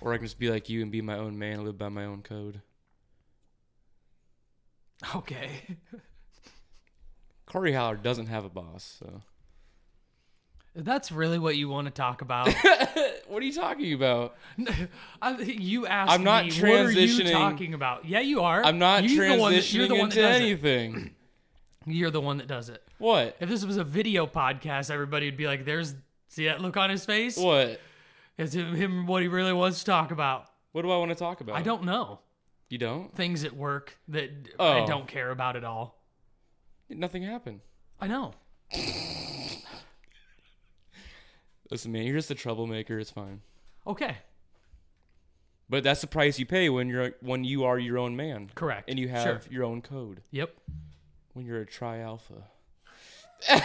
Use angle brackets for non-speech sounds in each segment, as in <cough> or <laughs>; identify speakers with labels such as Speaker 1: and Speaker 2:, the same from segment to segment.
Speaker 1: coworkers be like you and be my own man, live by my own code.
Speaker 2: Okay.
Speaker 1: Corey Howard doesn't have a boss, so
Speaker 2: That's really what you want to
Speaker 1: <laughs>
Speaker 2: talk about.
Speaker 1: what are you talking about?
Speaker 2: I- you asked
Speaker 1: I'm not
Speaker 2: me, what are you
Speaker 1: transitioning-
Speaker 2: talking about? Yeah, you are.
Speaker 1: I'm not
Speaker 2: you're the one that, you're
Speaker 1: transitioning
Speaker 2: the one
Speaker 1: into
Speaker 2: that does
Speaker 1: anything.
Speaker 2: <clears throat> It. You're the one that does it.
Speaker 1: what?
Speaker 2: If this was a video podcast, everybody would be like, there's, see that look on his face?
Speaker 1: What?
Speaker 2: It's him, him what he really wants to talk about.
Speaker 1: What do I want to talk about?
Speaker 2: I don't know.
Speaker 1: You don't?
Speaker 2: Things at work that I
Speaker 1: Oh.
Speaker 2: don't care about at all.
Speaker 1: Nothing happened.
Speaker 2: I know.
Speaker 1: Listen, man, you're just a troublemaker. It's fine.
Speaker 2: Okay.
Speaker 1: But that's the price you pay when you're when you are your own man
Speaker 2: Correct.
Speaker 1: and you have
Speaker 2: Sure.
Speaker 1: your own code.
Speaker 2: Yep. <laughs>
Speaker 1: When you're a tri alpha. <laughs>
Speaker 2: God,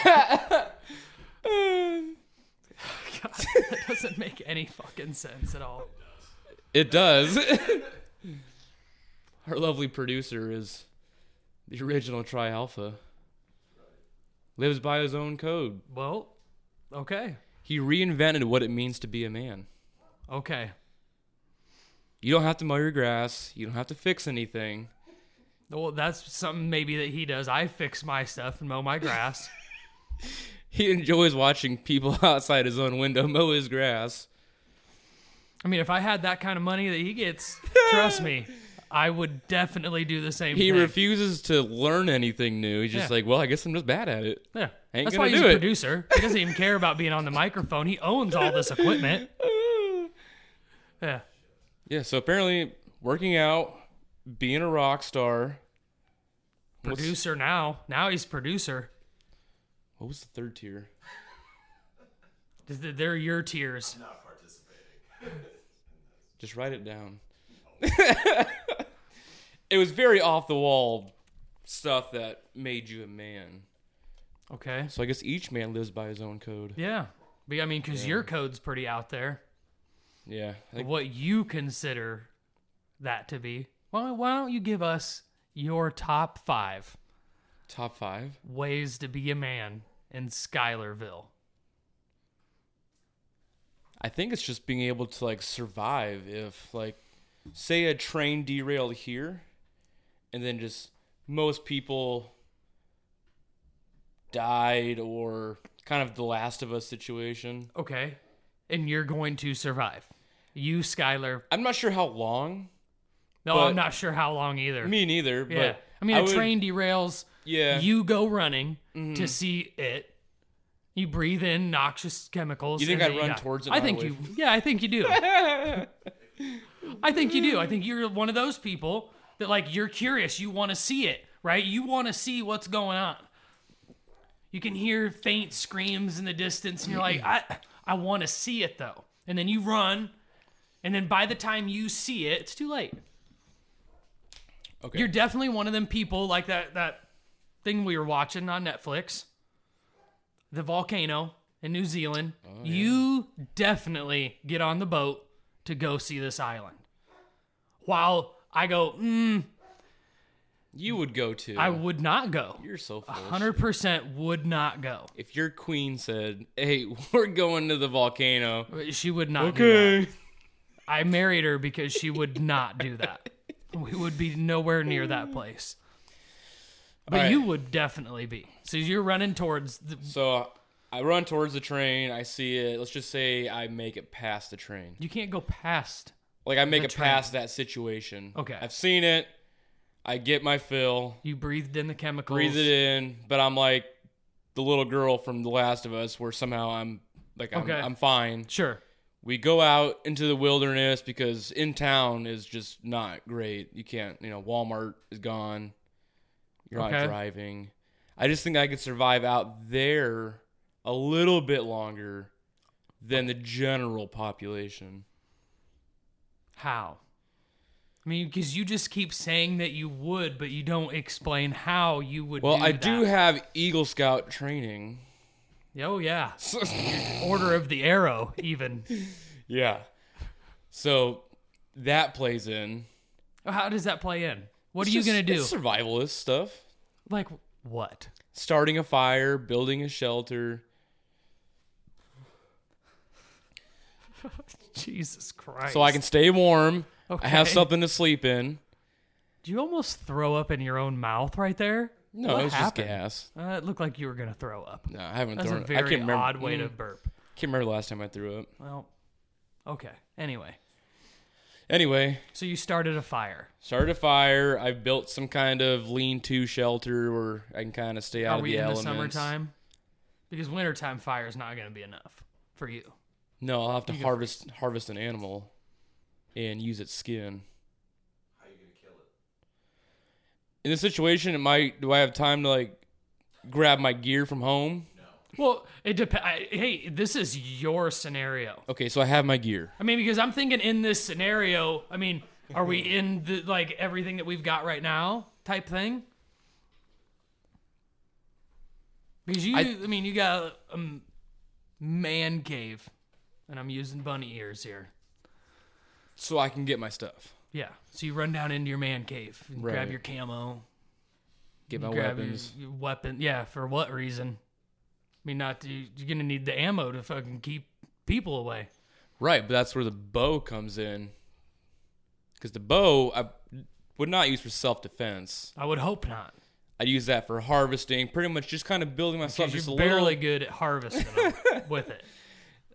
Speaker 2: that doesn't make any fucking sense at all.
Speaker 1: It does. <laughs> Our lovely producer is the original Tri Alpha. Lives by his own code.
Speaker 2: Well, okay.
Speaker 1: He reinvented what it means to be a man.
Speaker 2: Okay.
Speaker 1: You don't have to mow your grass. You don't have to fix anything.
Speaker 2: Well, that's something maybe that he does. I fix my stuff and mow my grass.
Speaker 1: He enjoys watching people <laughs> outside his own window mow his grass.
Speaker 2: I mean, if I had that kind of money that he gets, trust me, I would definitely do the same
Speaker 1: He
Speaker 2: thing.
Speaker 1: refuses to learn anything new. He's just
Speaker 2: Yeah.
Speaker 1: like, well, I guess I'm just bad at it. <laughs>
Speaker 2: yeah.
Speaker 1: Ain't
Speaker 2: That's
Speaker 1: gonna
Speaker 2: why he's
Speaker 1: do
Speaker 2: a
Speaker 1: it.
Speaker 2: producer. He doesn't even care about being on the microphone. He owns all this equipment. Yeah.
Speaker 1: Yeah, so apparently working out, being a rock star. <laughs> What's-
Speaker 2: Producer now. Now he's producer.
Speaker 1: What was the third tier?
Speaker 2: Th- They're your tears.
Speaker 1: Just write it down. <laughs> it was very off the wall stuff that made you a man.
Speaker 2: Okay.
Speaker 1: So I guess each man lives by his own code.
Speaker 2: Yeah. But I mean, because your code's pretty out there.
Speaker 1: Yeah. I think
Speaker 2: What you consider that to be. Why, why don't you give us your top five
Speaker 1: top five.
Speaker 2: ways to be a man in Schuylerville?
Speaker 1: I think it's just being able to like survive if like say a train derailed here and then just most people died or kind of the last of us situation.
Speaker 2: Okay. And you're going to survive. You, Skylar.
Speaker 1: I'm not sure how long.
Speaker 2: No,
Speaker 1: But-
Speaker 2: I'm not sure how long either.
Speaker 1: Me neither,
Speaker 2: yeah.
Speaker 1: but
Speaker 2: I mean, a
Speaker 1: would-
Speaker 2: train derails.
Speaker 1: Yeah. Mm-hmm.
Speaker 2: You go running to see it. You breathe in noxious chemicals.
Speaker 1: You think
Speaker 2: and
Speaker 1: I'd
Speaker 2: then
Speaker 1: run
Speaker 2: die.
Speaker 1: towards it
Speaker 2: I
Speaker 1: and
Speaker 2: think
Speaker 1: run
Speaker 2: you.
Speaker 1: away
Speaker 2: Yeah, I think
Speaker 1: <laughs>
Speaker 2: you do. I think you do. I think you're one of those people that like you're curious. You want to see it, right? You want to see what's going on. You can hear faint screams in the distance, and you're like, I, I want to see it though. And then you run, and then by the time you see it, it's too late.
Speaker 1: Okay.
Speaker 2: You're definitely one of them people like that that thing we were watching on Netflix, the volcano in New Zealand. You definitely get on the boat to go see this island. While I go, mm,
Speaker 1: You would go to.
Speaker 2: I would not go.
Speaker 1: You're so full. of
Speaker 2: Hundred
Speaker 1: shit.
Speaker 2: percent would not go.
Speaker 1: If your queen said, "Hey, <laughs> we're going to the volcano,"
Speaker 2: She would not. Do that. I married her because she would not do that.
Speaker 1: <laughs>
Speaker 2: We would be nowhere near that place. But
Speaker 1: All right.
Speaker 2: you would definitely be. So you're running towards the,
Speaker 1: So I run towards the train. I see it. Let's just say I make it past the train.
Speaker 2: You can't go past.
Speaker 1: Like I make
Speaker 2: The
Speaker 1: it past that situation.
Speaker 2: Okay.
Speaker 1: I've seen it. I get my fill.
Speaker 2: You breathed in the chemicals.
Speaker 1: Breathe it in. But I'm like the little girl from The Last of Us, where somehow I'm like I'm,
Speaker 2: Okay.
Speaker 1: I'm fine.
Speaker 2: Sure.
Speaker 1: We go out into the wilderness because in town is just not great. You can't, you know, Walmart is gone. You're
Speaker 2: Okay.
Speaker 1: not driving. I just think I could survive out there a little bit longer than the general population.
Speaker 2: How? I mean, because you just keep saying that you would, but you don't explain how you would.
Speaker 1: Well,
Speaker 2: do
Speaker 1: I
Speaker 2: that.
Speaker 1: do have Eagle Scout training. <laughs>
Speaker 2: Oh yeah, Order of the Arrow. Even
Speaker 1: yeah. So that plays in.
Speaker 2: how does that play in?
Speaker 1: It's
Speaker 2: What are you
Speaker 1: just-
Speaker 2: gonna do?
Speaker 1: It's survivalist stuff.
Speaker 2: Like what?
Speaker 1: starting a fire, building a shelter.
Speaker 2: Jesus Christ.
Speaker 1: so I can stay warm. I have
Speaker 2: Okay.
Speaker 1: something to sleep in.
Speaker 2: Do you almost throw up in your own mouth right there?
Speaker 1: No,
Speaker 2: What
Speaker 1: it was
Speaker 2: happened?
Speaker 1: just gas.
Speaker 2: Uh, it looked like you were gonna throw up.
Speaker 1: No, I haven't
Speaker 2: That's a
Speaker 1: thrown.
Speaker 2: very
Speaker 1: I can't remember.
Speaker 2: odd way to
Speaker 1: Mm,
Speaker 2: burp.
Speaker 1: Can't remember the last time I threw up.
Speaker 2: Well, okay. Anyway,
Speaker 1: Anyway,
Speaker 2: so you started a fire.
Speaker 1: started a fire. I built some kind of lean-to shelter where I can kind of stay out
Speaker 2: Are
Speaker 1: of
Speaker 2: we
Speaker 1: the
Speaker 2: in
Speaker 1: elements.
Speaker 2: the summertime? Because wintertime fire is not gonna be enough for you.
Speaker 1: No, I'll have to harvest harvest an animal and use its skin. How are you gonna kill it? In this situation, it might. Do I have time to like grab my gear from home?
Speaker 2: Well, it depends. Hey, this is your scenario.
Speaker 1: Okay, so I have my gear.
Speaker 2: I mean, because I'm thinking in this scenario, I mean,
Speaker 1: <laughs>
Speaker 2: are we in the like everything that we've got right now type thing? Because you, I,
Speaker 1: I-
Speaker 2: mean, you got a um, man cave, and I'm using bunny ears here.
Speaker 1: so I can get my stuff.
Speaker 2: Yeah, so you run down into your man cave, and grab
Speaker 1: Right.
Speaker 2: your camo,
Speaker 1: Get my
Speaker 2: grab your-
Speaker 1: weapons.
Speaker 2: Your, weapon. Yeah, for what reason? I mean, not to, you're gonna need the ammo to fucking keep people away.
Speaker 1: Right, but that's where the bow comes in. Because the bow I would not use for self defense.
Speaker 2: I would hope not.
Speaker 1: I'd use that for harvesting, pretty much just kind of building myself
Speaker 2: Because
Speaker 1: just a
Speaker 2: you're barely
Speaker 1: little.
Speaker 2: good at harvesting
Speaker 1: <laughs>
Speaker 2: them with it.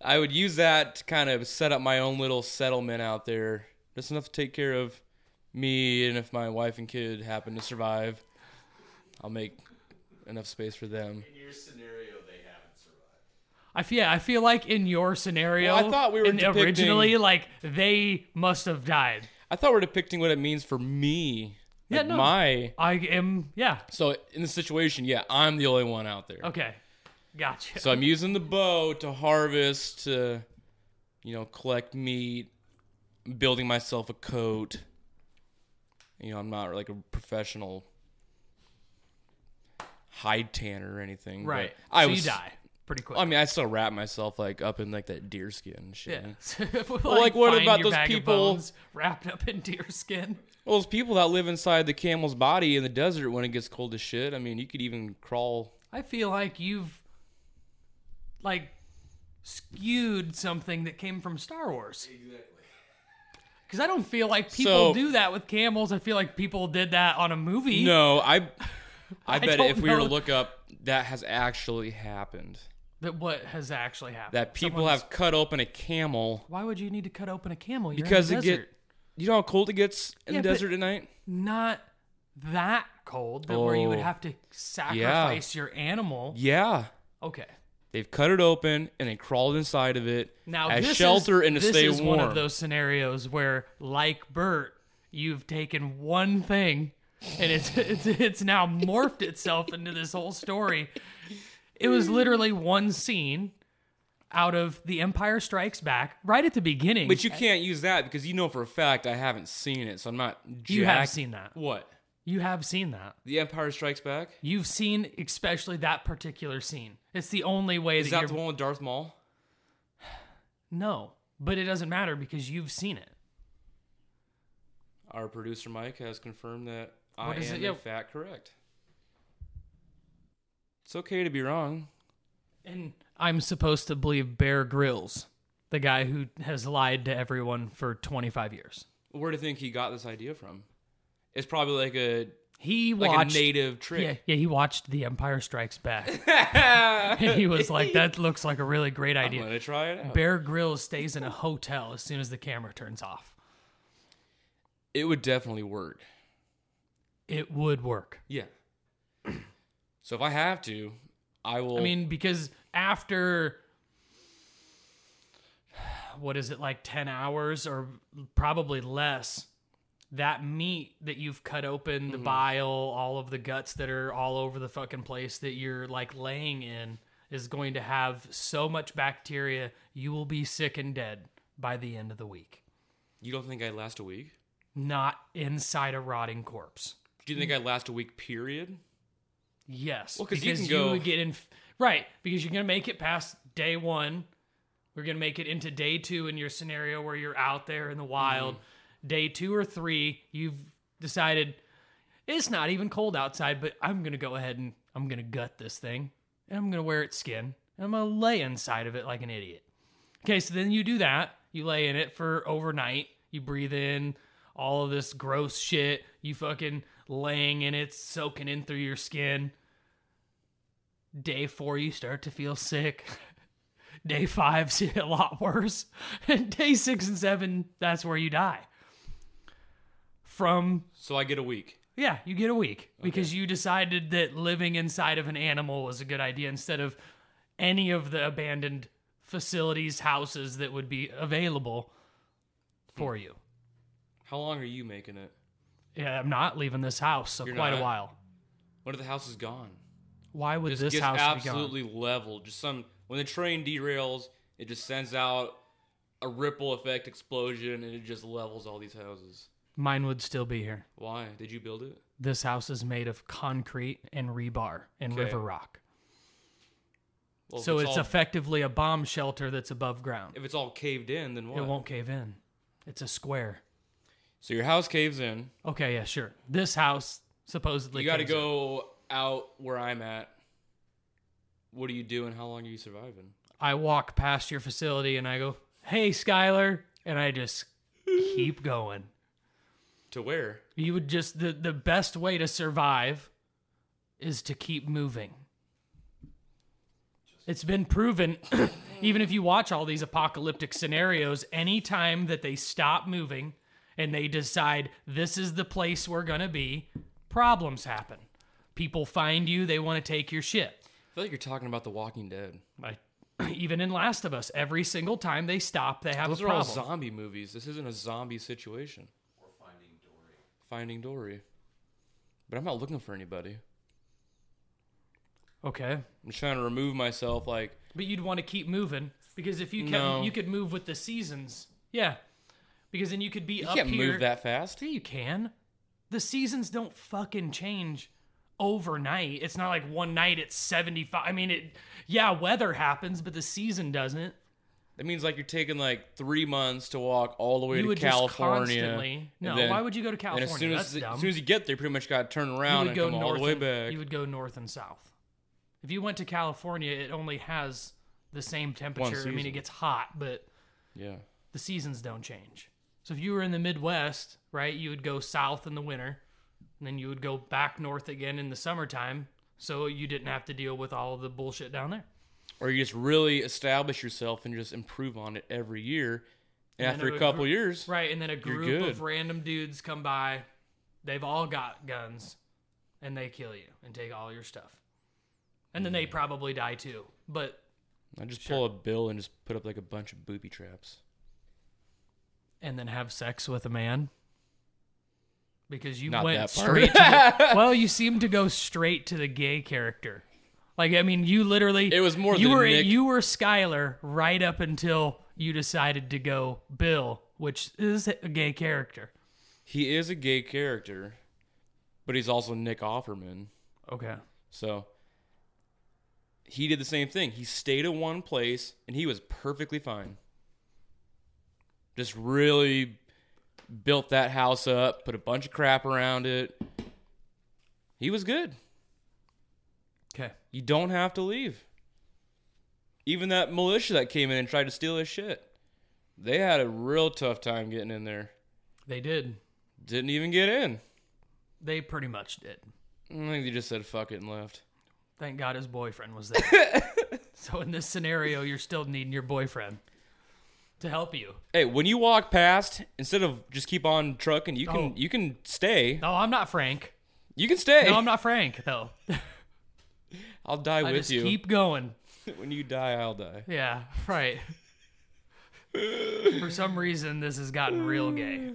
Speaker 1: I would use that to kind of set up my own little settlement out there, just enough to take care of me and if my wife and kid happen to survive, I'll make enough space for them.
Speaker 3: In your scenario, they haven't survived.
Speaker 2: I feel yeah, I feel like in your scenario,
Speaker 1: Well, I thought we were
Speaker 2: in-
Speaker 1: depicting-
Speaker 2: originally like they must have died.
Speaker 1: I thought we we're depicting what it means for me.
Speaker 2: Yeah,
Speaker 1: like
Speaker 2: no.
Speaker 1: my
Speaker 2: I am yeah
Speaker 1: so in this situation, yeah, I'm the only one out there.
Speaker 2: okay, gotcha.
Speaker 1: So I'm using the bow to harvest, to, you know, collect meat, building myself a coat. You know, I'm not like a professional hide tanner or anything. but
Speaker 2: right,
Speaker 1: I
Speaker 2: so
Speaker 1: was,
Speaker 2: you die pretty quick.
Speaker 1: I mean, I still wrap myself like up in like that deer skin and shit. <laughs>
Speaker 2: yeah. <laughs> So, like,
Speaker 1: like, what
Speaker 2: find
Speaker 1: about
Speaker 2: your
Speaker 1: those
Speaker 2: bag of
Speaker 1: people-
Speaker 2: bones wrapped up in deer skin?
Speaker 1: Well, those people that live inside the camel's body in the desert when it gets cold as shit. I mean, you could even crawl.
Speaker 2: I feel like you've like skewed something that came from Star Wars.
Speaker 3: Exactly.
Speaker 2: Because I don't feel like people
Speaker 1: So-
Speaker 2: do that with camels. I feel like people did that on a movie.
Speaker 1: No,
Speaker 2: <laughs>
Speaker 1: I. I bet
Speaker 2: don't
Speaker 1: if we were to
Speaker 2: know.
Speaker 1: look up, that has actually happened.
Speaker 2: That what has actually happened?
Speaker 1: That people
Speaker 2: Someone's-
Speaker 1: have cut open a camel
Speaker 2: Why would you need to cut open a camel? You're
Speaker 1: because
Speaker 2: in
Speaker 1: it
Speaker 2: the
Speaker 1: get
Speaker 2: desert.
Speaker 1: you know how cold it gets in
Speaker 2: Yeah,
Speaker 1: the
Speaker 2: but-
Speaker 1: desert at night
Speaker 2: not that cold that where you would
Speaker 1: Oh.
Speaker 2: have to sacrifice your animal.
Speaker 1: yeah
Speaker 2: Okay.
Speaker 1: they've cut it open and they crawled inside of it
Speaker 2: Now
Speaker 1: as
Speaker 2: this is-
Speaker 1: shelter and to
Speaker 2: this
Speaker 1: stay
Speaker 2: is
Speaker 1: warm
Speaker 2: one of those scenarios where, like Bert, you've taken one thing and it's <laughs> it's, it's now morphed itself into this whole story. It was literally one scene out of The Empire Strikes Back, right at the beginning.
Speaker 1: but you can't use that because you know for a fact i haven't seen it so i'm not
Speaker 2: you have
Speaker 1: jacked.
Speaker 2: seen that.
Speaker 1: what
Speaker 2: You have seen that.
Speaker 1: the empire strikes back
Speaker 2: You've seen especially that particular scene. It's the only way
Speaker 1: is
Speaker 2: that,
Speaker 1: that the
Speaker 2: you're
Speaker 1: one with darth maul
Speaker 2: No, but it doesn't matter because you've seen it.
Speaker 1: our producer mike has confirmed that i
Speaker 2: What is
Speaker 1: am
Speaker 2: it? Yeah.
Speaker 1: in fact correct it's okay to be wrong
Speaker 2: And I'm supposed to believe Bear Grylls, the guy who has lied to everyone for 25 years.
Speaker 1: where do you think he got this idea from it's probably like a
Speaker 2: He
Speaker 1: like
Speaker 2: watched
Speaker 1: a native trick
Speaker 2: Yeah, yeah, he watched The Empire Strikes Back.
Speaker 1: <laughs>
Speaker 2: <laughs> and he was like that looks like a really great
Speaker 1: i'm oh.
Speaker 2: idea.
Speaker 1: gonna try it out
Speaker 2: Bear Grylls stays in a hotel as soon as the camera turns off.
Speaker 1: It would definitely work.
Speaker 2: It would work.
Speaker 1: Yeah. <clears throat> so if I have to, I will.
Speaker 2: I mean, because after <sighs> what is it like 10 hours or probably less, that meat that you've cut open, the bile, all of the guts that are all over the fucking place that you're like laying in is going to have so much bacteria, you will be sick and dead by the end of the week.
Speaker 1: you don't think I'd last a week?
Speaker 2: Not inside a rotting corpse.
Speaker 1: Do you think I'd last a week? Period.
Speaker 2: Yes,
Speaker 1: Well, 'cause
Speaker 2: because
Speaker 1: you
Speaker 2: you,
Speaker 1: can go-
Speaker 2: would get in right because you're gonna make it past day one. We're gonna make it into day two in your scenario where you're out there in the wild.
Speaker 1: Mm-hmm.
Speaker 2: Day two or three, you've decided it's not even cold outside, but I'm gonna go ahead and I'm gonna gut this thing and I'm gonna wear its skin and I'm gonna lay inside of it like an idiot. Okay, so then you do that You lay in it for overnight. You breathe in all of this gross shit. You fucking laying in it, soaking in through your skin. Day four, you start to feel sick. <laughs> Day <laughs> five's a lot worse. <laughs> And day six and seven, that's where you die. From
Speaker 1: So I get a week.
Speaker 2: yeah, you get a week because you decided that living inside of an animal was a good idea instead of any of the abandoned facilities, houses that would be available for
Speaker 1: Hmm.
Speaker 2: you.
Speaker 1: How long are you making it?
Speaker 2: Yeah, I'm not leaving this house so
Speaker 1: You're
Speaker 2: quite a
Speaker 1: not?
Speaker 2: while.
Speaker 1: When are the houses gone?
Speaker 2: Why would
Speaker 1: Just
Speaker 2: this
Speaker 1: gets
Speaker 2: house
Speaker 1: absolutely leveled. Just some when the train derails, it just sends out a ripple effect explosion, and it just levels all these houses.
Speaker 2: be gone? Mine would still be here.
Speaker 1: Why did you build it?
Speaker 2: This house is made of concrete and rebar and
Speaker 1: Okay.
Speaker 2: river rock.
Speaker 1: Well, if
Speaker 2: so it's
Speaker 1: all,
Speaker 2: effectively a bomb shelter that's above ground.
Speaker 1: if it's all caved in, then what?
Speaker 2: It won't cave in. It's a square.
Speaker 1: So your house caves in.
Speaker 2: Okay, yeah, sure. This house supposedly
Speaker 1: You got to
Speaker 2: caves in.
Speaker 1: go out where I'm at. What do you do, and how long are you surviving?
Speaker 2: I walk past your facility and I go, "Hey, Skylar," and I just keep going.
Speaker 1: To where?
Speaker 2: You would just the the best way to survive is to keep moving. It's been proven, <clears throat> even if you watch all these apocalyptic scenarios, anytime that they stop moving and they decide this is the place we're gonna be, problems happen. People find you, they want to take your shit.
Speaker 1: I feel like you're talking about The Walking Dead.
Speaker 2: Like <clears throat> even in Last of Us, every single time they stop, they have
Speaker 1: Those
Speaker 2: a
Speaker 1: are all
Speaker 2: problem.
Speaker 1: zombie movies. This isn't a zombie situation.
Speaker 3: Or Finding Dory.
Speaker 1: Finding Dory. But I'm not looking for anybody.
Speaker 2: Okay.
Speaker 1: I'm just trying to remove myself. Like
Speaker 2: But you'd want to keep moving because if you kept,
Speaker 1: No.
Speaker 2: you could move with the seasons. Yeah. Because then you could be
Speaker 1: you
Speaker 2: up
Speaker 1: can't
Speaker 2: here.
Speaker 1: move that fast.
Speaker 2: Yeah, you can. The seasons don't fucking change overnight. It's not like one night it's 75. I mean, it yeah, weather happens, but the season doesn't.
Speaker 1: That means like you're taking like three months to walk all the way
Speaker 2: You
Speaker 1: to
Speaker 2: would just
Speaker 1: California.
Speaker 2: constantly-
Speaker 1: and
Speaker 2: No, why would you go to
Speaker 1: And
Speaker 2: California?
Speaker 1: as soon as,
Speaker 2: That's dumb.
Speaker 1: as soon as you get there, you pretty much got to turn
Speaker 2: You
Speaker 1: around
Speaker 2: would
Speaker 1: and
Speaker 2: go
Speaker 1: come
Speaker 2: north
Speaker 1: all the way
Speaker 2: and-
Speaker 1: back.
Speaker 2: You would go north and south. If you went to California, it only has the same temperature. I mean, it
Speaker 1: season.
Speaker 2: gets hot, but
Speaker 1: yeah,
Speaker 2: the seasons don't change. So if you were in the Midwest, right, you would go south in the winter, and then you would go back north again in the summertime. So you didn't have to deal with all of the bullshit down there.
Speaker 1: or you just really establish yourself and just improve on it every year. And,
Speaker 2: then
Speaker 1: after
Speaker 2: it
Speaker 1: a
Speaker 2: would
Speaker 1: couple
Speaker 2: grow-
Speaker 1: years,
Speaker 2: Right, and then a group
Speaker 1: good.
Speaker 2: of random dudes come by. They've all got guns, and they kill you and take all your stuff. And then they probably die too. But
Speaker 1: I just pull a bill and just put up like a bunch of booby traps.
Speaker 2: and then have sex with a man because you
Speaker 1: Not
Speaker 2: went
Speaker 1: that part.
Speaker 2: straight. To
Speaker 1: <laughs>
Speaker 2: the, well, you seemed to go straight to the gay character. Like I mean, you literally
Speaker 1: It was more
Speaker 2: you
Speaker 1: the
Speaker 2: were
Speaker 1: Nick-
Speaker 2: you were Skylar right up until you decided to go Bill, which is a gay character.
Speaker 1: He is a gay character, but he's also Nick Offerman.
Speaker 2: Okay,
Speaker 1: So he did the same thing. He stayed in one place and he was perfectly fine. Just really built that house up, put a bunch of crap around it. He was good.
Speaker 2: okay,
Speaker 1: You don't have to leave. Even that militia that came in and tried to steal his shit, they had a real tough time getting in there.
Speaker 2: they did.
Speaker 1: Didn't even get in.
Speaker 2: They pretty much did.
Speaker 1: I think they just said fuck it and left.
Speaker 2: Thank God his boyfriend was there.
Speaker 1: <laughs>
Speaker 2: so in this scenario, you're still needing your boyfriend to help you.
Speaker 1: Hey, when you walk past, instead of just keep on trucking, you can
Speaker 2: Oh.
Speaker 1: you can stay.
Speaker 2: No, I'm not Frank.
Speaker 1: You can stay.
Speaker 2: No, I'm not Frank though.
Speaker 1: I'll die
Speaker 2: I
Speaker 1: with
Speaker 2: just
Speaker 1: you.
Speaker 2: keep going.
Speaker 1: <laughs> When you die, I'll die.
Speaker 2: Yeah, right. For some reason, this has gotten real gay.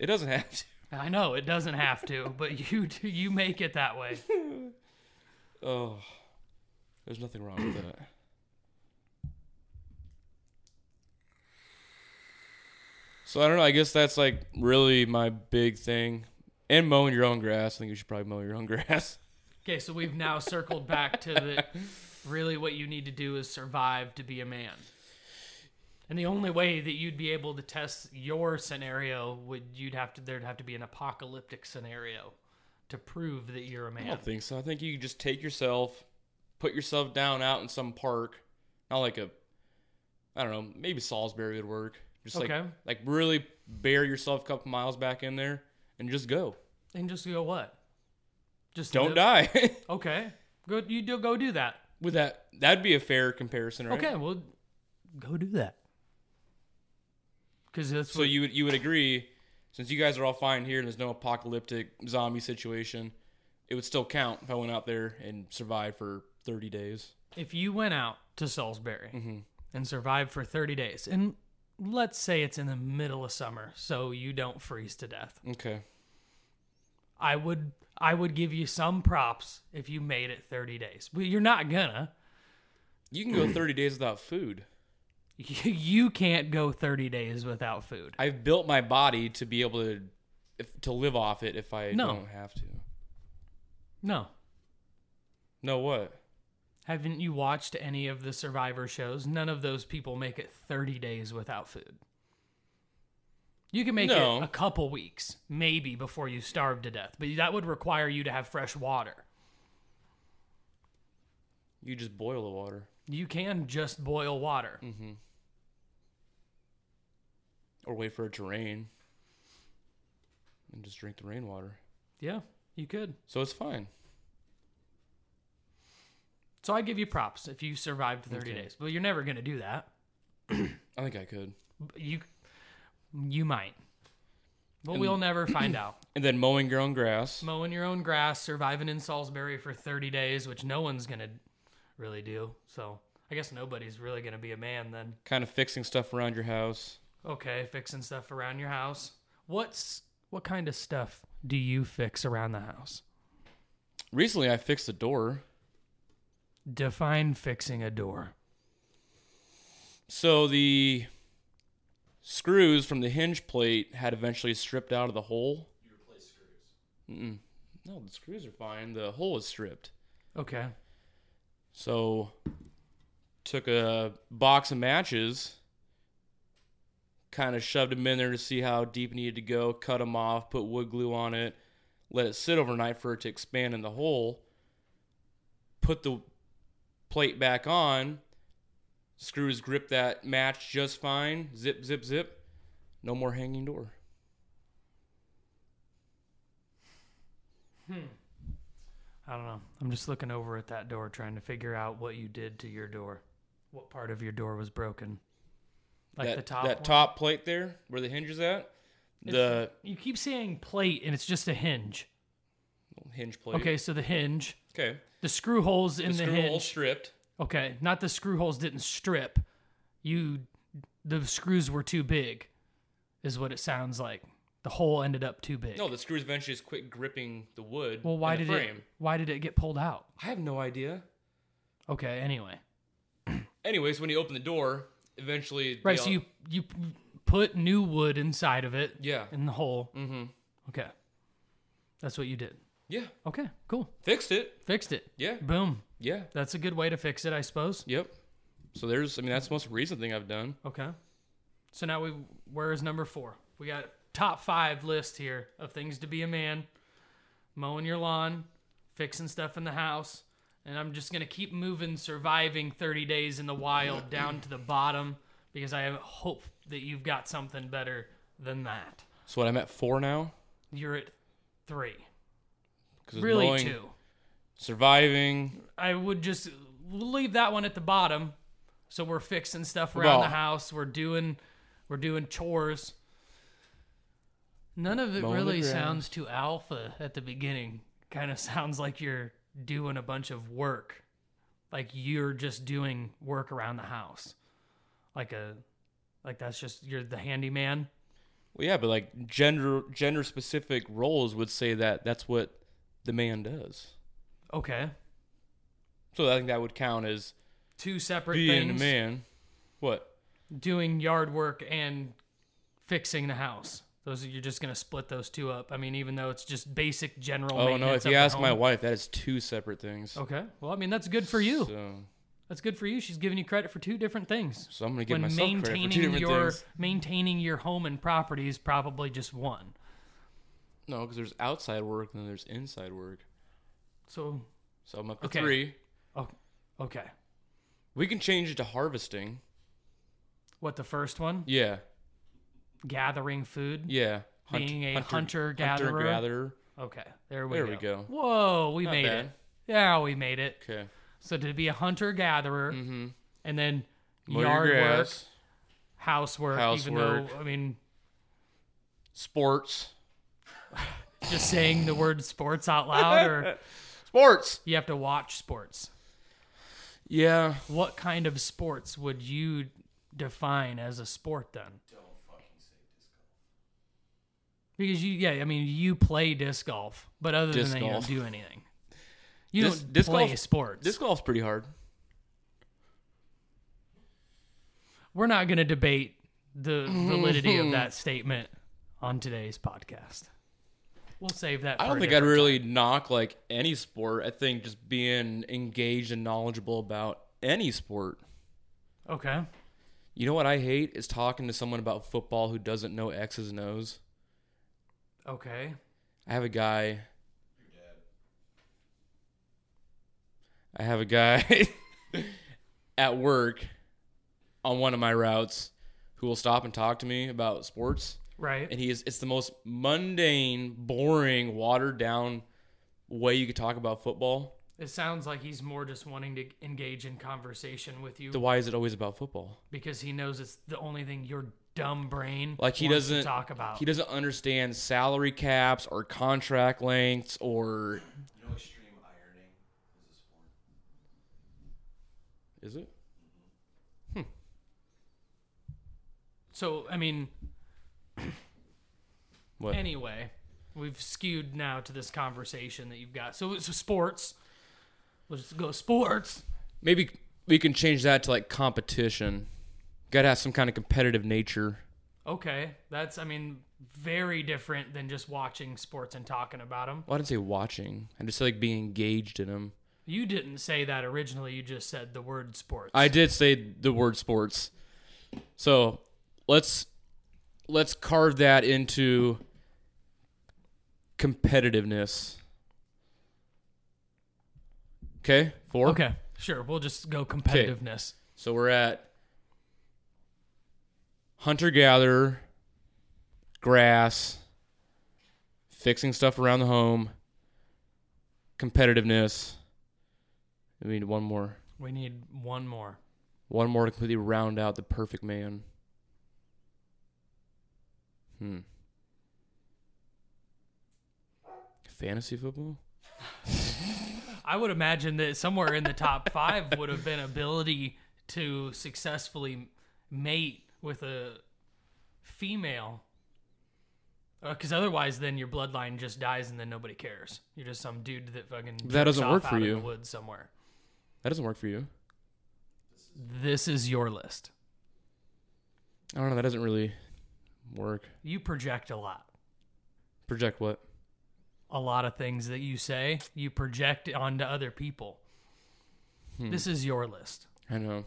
Speaker 1: It doesn't have to.
Speaker 2: I know it doesn't have to, but <laughs> you do, you make it that way.
Speaker 1: Oh, there's nothing wrong with that. So I don't know. I guess that's like really my big thing. And mowing your own grass. I think you should probably mow your own <laughs> grass.
Speaker 2: Okay, so we've now circled back to the really what you need to do is survive to be a man. And the only way that you'd be able to test your scenario would you'd have to there'd have to be an apocalyptic scenario to prove that you're a
Speaker 1: I
Speaker 2: man.
Speaker 1: don't think so. I think you just take yourself, put yourself down out in some park, not like a, I don't know, maybe Salisbury would work. Just like
Speaker 2: Okay.
Speaker 1: like really bury yourself a couple miles back in there and just go.
Speaker 2: And just go what? Just
Speaker 1: Don't
Speaker 2: live-
Speaker 1: die. <laughs>
Speaker 2: Okay. Good. You do go do that.
Speaker 1: With that, that'd be a fair comparison, right?
Speaker 2: Okay. Well, go do that. Because that's
Speaker 1: So
Speaker 2: what,
Speaker 1: you would you would agree, since you guys are all fine here and there's no apocalyptic zombie situation, it would still count if I went out there and survived for 30 days.
Speaker 2: if you went out to Salisbury
Speaker 1: Mm-hmm.
Speaker 2: and survived for 30 days, and let's say it's in the middle of summer, so you don't freeze to death,
Speaker 1: Okay.
Speaker 2: I would I would give you some props if you made it 30 days. But you're not gonna. <laughs>
Speaker 1: You can go 30 days without food.
Speaker 2: You can't go 30 days without food.
Speaker 1: I've built my body to be able to if, to live off it if I
Speaker 2: No.
Speaker 1: don't have to.
Speaker 2: No.
Speaker 1: No, what?
Speaker 2: Haven't you watched any of the survivor shows? None of those people make it 30 days without food. You can make
Speaker 1: No.
Speaker 2: it a couple weeks, maybe before you starve to death, but that would require you to have fresh water.
Speaker 1: You just boil the water
Speaker 2: You can just boil water.
Speaker 1: Mm. or wait for it to rain and just drink the rainwater.
Speaker 2: Yeah, you could.
Speaker 1: So it's fine.
Speaker 2: So I give you props if you survived 30
Speaker 1: Okay.
Speaker 2: days. But you're never going to do that.
Speaker 1: I think I could.
Speaker 2: But You you might. But we'll
Speaker 1: <clears throat>
Speaker 2: never find out.
Speaker 1: And then mowing your own grass.
Speaker 2: mowing your own grass, surviving in Salisbury for 30 days, which no one's going to really do. So I guess nobody's really going to be a man then.
Speaker 1: kind of fixing stuff around your house.
Speaker 2: Okay, fixing stuff around your house. What's what kind of stuff do you fix around the house?
Speaker 1: Recently, I fixed the door.
Speaker 2: Define fixing a door.
Speaker 1: So the screws from the hinge plate had eventually stripped out of the hole.
Speaker 3: You replace screws.
Speaker 1: No, the screws are fine. The hole is stripped.
Speaker 2: Okay.
Speaker 1: So took a box of matches, kind of shoved them in there to see how deep it needed to go, cut them off, put wood glue on it, let it sit overnight for it to expand in the hole, put the plate back on, screws grip that match just fine, zip, zip, zip, no more hanging door.
Speaker 2: I don't know. I'm just looking over at that door trying to figure out what you did to your door. What part of your door was broken? Like
Speaker 1: that
Speaker 2: the top
Speaker 1: that
Speaker 2: one?
Speaker 1: top plate there where the hinge is at, the
Speaker 2: You keep saying plate and it's just a hinge.
Speaker 1: hinge plate.
Speaker 2: Okay, so the hinge
Speaker 1: Okay.
Speaker 2: The screw holes in
Speaker 1: The
Speaker 2: the,
Speaker 1: screw
Speaker 2: hinge.
Speaker 1: hole stripped.
Speaker 2: Okay, not the screw holes didn't strip. You, the screws were too big, is what it sounds like. The hole ended up too big.
Speaker 1: No, the screws eventually just quit gripping the wood.
Speaker 2: well, why
Speaker 1: and the
Speaker 2: did
Speaker 1: frame.
Speaker 2: it? Why did it get pulled out?
Speaker 1: I have no idea.
Speaker 2: Okay, anyway,
Speaker 1: Anyways, when you open the door, eventually. they
Speaker 2: right. So
Speaker 1: all-
Speaker 2: you you put new wood inside of it.
Speaker 1: Yeah.
Speaker 2: In the hole. Mm-hmm. Okay, that's what you did.
Speaker 1: Yeah.
Speaker 2: Okay, cool.
Speaker 1: Fixed it.
Speaker 2: Fixed it.
Speaker 1: Yeah.
Speaker 2: Boom.
Speaker 1: Yeah.
Speaker 2: That's a good way to fix it, I suppose.
Speaker 1: Yep. So there's. I mean, that's the most recent thing I've done.
Speaker 2: Okay. So now we where is number four? We got top five list here of things to be a man, mowing your lawn, fixing stuff in the house, and I'm just gonna keep moving, surviving 30 days in the wild down to the bottom because I hope that you've got something better than that.
Speaker 1: So what I'm at four now.
Speaker 2: You're at three,
Speaker 1: 'Cause it's
Speaker 2: really
Speaker 1: mowing,
Speaker 2: two.
Speaker 1: Surviving.
Speaker 2: I would just leave that one at the bottom. So we're fixing stuff around
Speaker 1: Well-
Speaker 2: the house. We're doing we're doing chores. None of it
Speaker 1: Mowing the
Speaker 2: really
Speaker 1: grass.
Speaker 2: sounds too alpha at the beginning. Kind of <laughs> sounds like you're doing a bunch of work. Like you're just doing work around the house. Like a like that's just you're the handyman.
Speaker 1: Well, yeah, but like gender gender specific roles would say that that's what the man does.
Speaker 2: Okay.
Speaker 1: So I think that would count as
Speaker 2: Two separate
Speaker 1: being a
Speaker 2: things.
Speaker 1: man. What?
Speaker 2: doing yard work and fixing the house. Those are, you're just gonna split those two up. I mean, even though it's just basic general.
Speaker 1: Oh no!
Speaker 2: maintenance
Speaker 1: If you
Speaker 2: of the
Speaker 1: ask my
Speaker 2: home.
Speaker 1: wife, that is two separate things.
Speaker 2: Okay. Well, I mean, that's good for you.
Speaker 1: So,
Speaker 2: That's good for you. She's giving you credit for two different things.
Speaker 1: so I'm gonna give
Speaker 2: When
Speaker 1: myself credit for two
Speaker 2: maintaining
Speaker 1: different
Speaker 2: your
Speaker 1: things.
Speaker 2: maintaining your home and property is probably just one.
Speaker 1: No, because there's outside work and then there's inside work.
Speaker 2: So,
Speaker 1: So I'm up to
Speaker 2: Okay.
Speaker 1: three.
Speaker 2: oh, okay.
Speaker 1: We can change it to harvesting.
Speaker 2: What the first one?
Speaker 1: Yeah.
Speaker 2: gathering food.
Speaker 1: Yeah. Hunt-
Speaker 2: Being a hunter-gatherer.
Speaker 1: hunter-gatherer.
Speaker 2: Okay, there we
Speaker 1: There
Speaker 2: go.
Speaker 1: we go.
Speaker 2: Whoa, we made it.
Speaker 1: bad.
Speaker 2: Yeah, we made it.
Speaker 1: Okay.
Speaker 2: So to be a hunter gatherer, and then
Speaker 1: Mm-hmm. Mow your
Speaker 2: yard work,
Speaker 1: grass,
Speaker 2: housework, even
Speaker 1: Housework.
Speaker 2: though I mean,
Speaker 1: Sports.
Speaker 2: just saying the word sports out loud,
Speaker 1: <laughs>
Speaker 2: or
Speaker 1: Sports.
Speaker 2: you have to watch sports.
Speaker 1: Yeah.
Speaker 2: What kind of sports would you define as a sport then? Because you, yeah, I mean, you play disc golf, but other
Speaker 1: Disc
Speaker 2: than that,
Speaker 1: golf.
Speaker 2: you don't
Speaker 1: <laughs>
Speaker 2: do anything. You
Speaker 1: Disc-
Speaker 2: don't
Speaker 1: disc
Speaker 2: play
Speaker 1: golf-
Speaker 2: sports.
Speaker 1: Disc golf's pretty hard.
Speaker 2: We're not going to debate the validity of
Speaker 1: <laughs>
Speaker 2: that statement on today's podcast. We'll save that. For
Speaker 1: I don't
Speaker 2: a
Speaker 1: think I'd really knock like any sport. I think just being engaged and knowledgeable about any sport.
Speaker 2: Okay.
Speaker 1: You know what I hate is talking to someone about football who doesn't know X's and O's.
Speaker 2: Okay.
Speaker 1: I have a guy. I have a guy <laughs> at work on one of my routes who will stop and talk to me about sports.
Speaker 2: Right.
Speaker 1: and he is it's the most mundane, boring, watered down way you could talk about football.
Speaker 2: it sounds like he's more just wanting to engage in conversation with you
Speaker 1: Then why is it always about football?
Speaker 2: because he knows it's the only thing your dumb brain
Speaker 1: Like he
Speaker 2: wants to
Speaker 1: doesn't
Speaker 2: talk about.
Speaker 1: He doesn't understand salary caps or contract lengths or
Speaker 3: You know, extreme ironing is a sport.
Speaker 1: is it?
Speaker 2: so I mean,
Speaker 1: <clears throat> What?
Speaker 2: anyway, we've skewed now to this conversation that you've got. So it's sports. Let's go sports.
Speaker 1: Maybe we can change that to like competition. Got to have some kind of competitive nature.
Speaker 2: Okay, that's I mean very different than just watching sports and talking about them.
Speaker 1: Well, I didn't say watching. I just said like being engaged in them.
Speaker 2: You didn't say that originally. You just said the word sports.
Speaker 1: I did say the word sports. So let's let's carve that into competitiveness. Okay, four.
Speaker 2: Okay, sure. We'll just go competitiveness.
Speaker 1: So we're at hunter gatherer, grass, fixing stuff around the home, competitiveness. I need one more.
Speaker 2: We need one more.
Speaker 1: One more to completely round out the perfect man. Hmm. Fantasy football?
Speaker 2: I would imagine that somewhere in
Speaker 1: <laughs>
Speaker 2: the top five would have been ability to successfully mate with a female. Because otherwise, then your bloodline just dies, and then nobody cares. You're just some dude that fucking
Speaker 1: that doesn't
Speaker 2: jerks
Speaker 1: work
Speaker 2: off
Speaker 1: for
Speaker 2: out in
Speaker 1: you.
Speaker 2: the woods somewhere.
Speaker 1: That doesn't work for you.
Speaker 2: This is your list.
Speaker 1: I don't know. That doesn't really work.
Speaker 2: You project a lot.
Speaker 1: Project what?
Speaker 2: a lot of things that you say, you project it onto other people. This is your list.
Speaker 1: I know.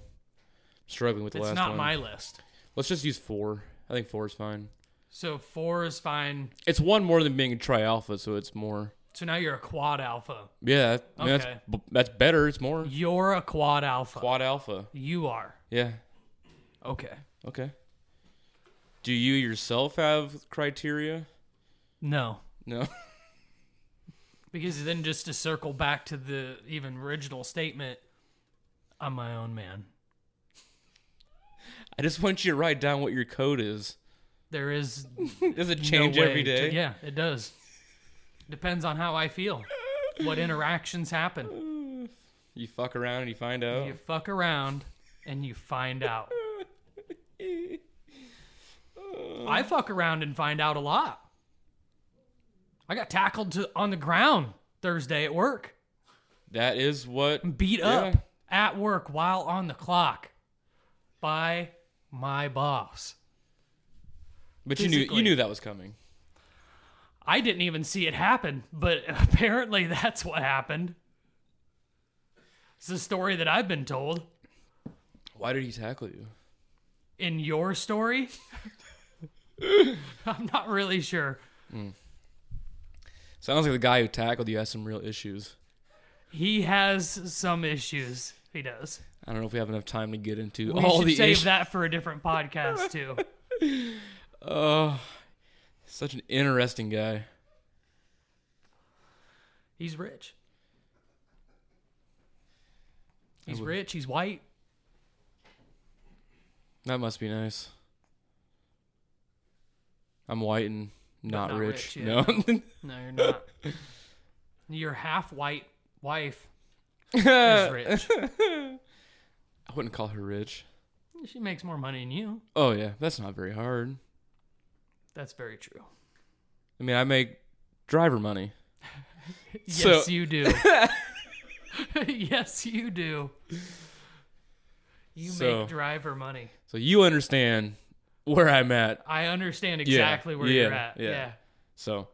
Speaker 1: Struggling with Hmm. the
Speaker 2: it's
Speaker 1: last
Speaker 2: not
Speaker 1: one.
Speaker 2: my list.
Speaker 1: Let's just use four. I think four is fine.
Speaker 2: So four is fine.
Speaker 1: It's one more than being a tri alpha, so it's more.
Speaker 2: So now you're a quad alpha.
Speaker 1: Yeah, that- I mean, that's
Speaker 2: Okay.
Speaker 1: b- that's better. It's more
Speaker 2: You're a quad alpha.
Speaker 1: quad alpha.
Speaker 2: You are.
Speaker 1: Yeah.
Speaker 2: Okay.
Speaker 1: Okay. Do you yourself have criteria?
Speaker 2: No.
Speaker 1: No. <laughs>
Speaker 2: Because then just to circle back to the even original statement, I'm my own man.
Speaker 1: I just want you to write down what your code
Speaker 2: <laughs>
Speaker 1: is.
Speaker 2: There is
Speaker 1: Does it <laughs> change
Speaker 2: no way
Speaker 1: every
Speaker 2: to-
Speaker 1: day?
Speaker 2: yeah, it does. Depends on how I feel. What interactions happen.
Speaker 1: You fuck around and you find out.
Speaker 2: You fuck around and you find out. I fuck around and find out a lot. I got tackled to, on the ground Thursday at work,
Speaker 1: That is what.
Speaker 2: beat
Speaker 1: Yeah.
Speaker 2: up at work while on the clock by my boss.
Speaker 1: But you knew you
Speaker 2: physically.
Speaker 1: knew that was coming.
Speaker 2: I didn't even see it happen, but <laughs> apparently that's what happened. It's a story that I've been told.
Speaker 1: Why did he tackle you?
Speaker 2: in your story. <laughs> I'm not really sure.
Speaker 1: Sounds like the guy who tackled you has some real issues.
Speaker 2: He has some issues. He does.
Speaker 1: I don't know if we have enough time to get into
Speaker 2: We
Speaker 1: all
Speaker 2: should
Speaker 1: the
Speaker 2: save
Speaker 1: issues. <laughs>
Speaker 2: that for a different podcast too.
Speaker 1: Oh, such an interesting guy.
Speaker 2: He's rich. He's rich. He's white.
Speaker 1: That must be nice. I'm white and not,
Speaker 2: not
Speaker 1: rich.
Speaker 2: rich, yeah.
Speaker 1: no.
Speaker 2: No,
Speaker 1: <laughs>
Speaker 2: you're not. Your half white wife
Speaker 1: <laughs>
Speaker 2: is
Speaker 1: I
Speaker 2: rich.
Speaker 1: wouldn't call her rich.
Speaker 2: she makes more money than you.
Speaker 1: Oh yeah, that's not very hard.
Speaker 2: That's very true.
Speaker 1: I mean, I make driver money. So-
Speaker 2: Yes,
Speaker 1: <laughs>
Speaker 2: you do. yes, you do. You
Speaker 1: So-
Speaker 2: make driver money.
Speaker 1: So you understand where I'm at.
Speaker 2: I understand exactly where
Speaker 1: yeah,
Speaker 2: you're at.
Speaker 1: yeah.
Speaker 2: Yeah.
Speaker 1: So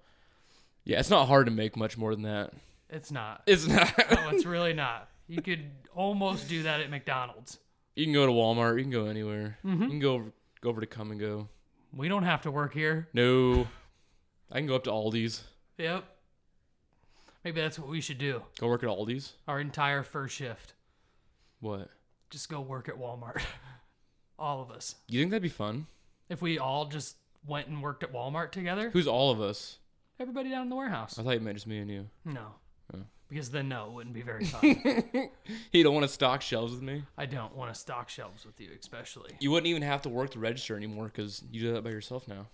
Speaker 1: yeah, it's not hard to make much more than that. <laughs>
Speaker 2: it's not.
Speaker 1: It's not.
Speaker 2: No, it's really not. You could almost do that at McDonald's.
Speaker 1: you can go to Walmart. You can go anywhere. You can go over, go over to Come and Go.
Speaker 2: We don't have to work here.
Speaker 1: No, I can go up to Aldi's.
Speaker 2: Yep. Maybe that's what we should do.
Speaker 1: Go work at Aldi's.
Speaker 2: Our entire first shift.
Speaker 1: What?
Speaker 2: Just go work at Walmart. <laughs> all of us.
Speaker 1: You think that'd be fun?
Speaker 2: If we all just went and worked at Walmart together,
Speaker 1: Who's all of us?
Speaker 2: everybody down in the warehouse.
Speaker 1: I thought you meant just me and you.
Speaker 2: No. Because then no, it wouldn't be very
Speaker 1: <laughs>
Speaker 2: fun.
Speaker 1: You don't want to stock shelves with me.
Speaker 2: I don't want to stock shelves with you, especially.
Speaker 1: You wouldn't even have to work the register anymore because you do that by yourself now.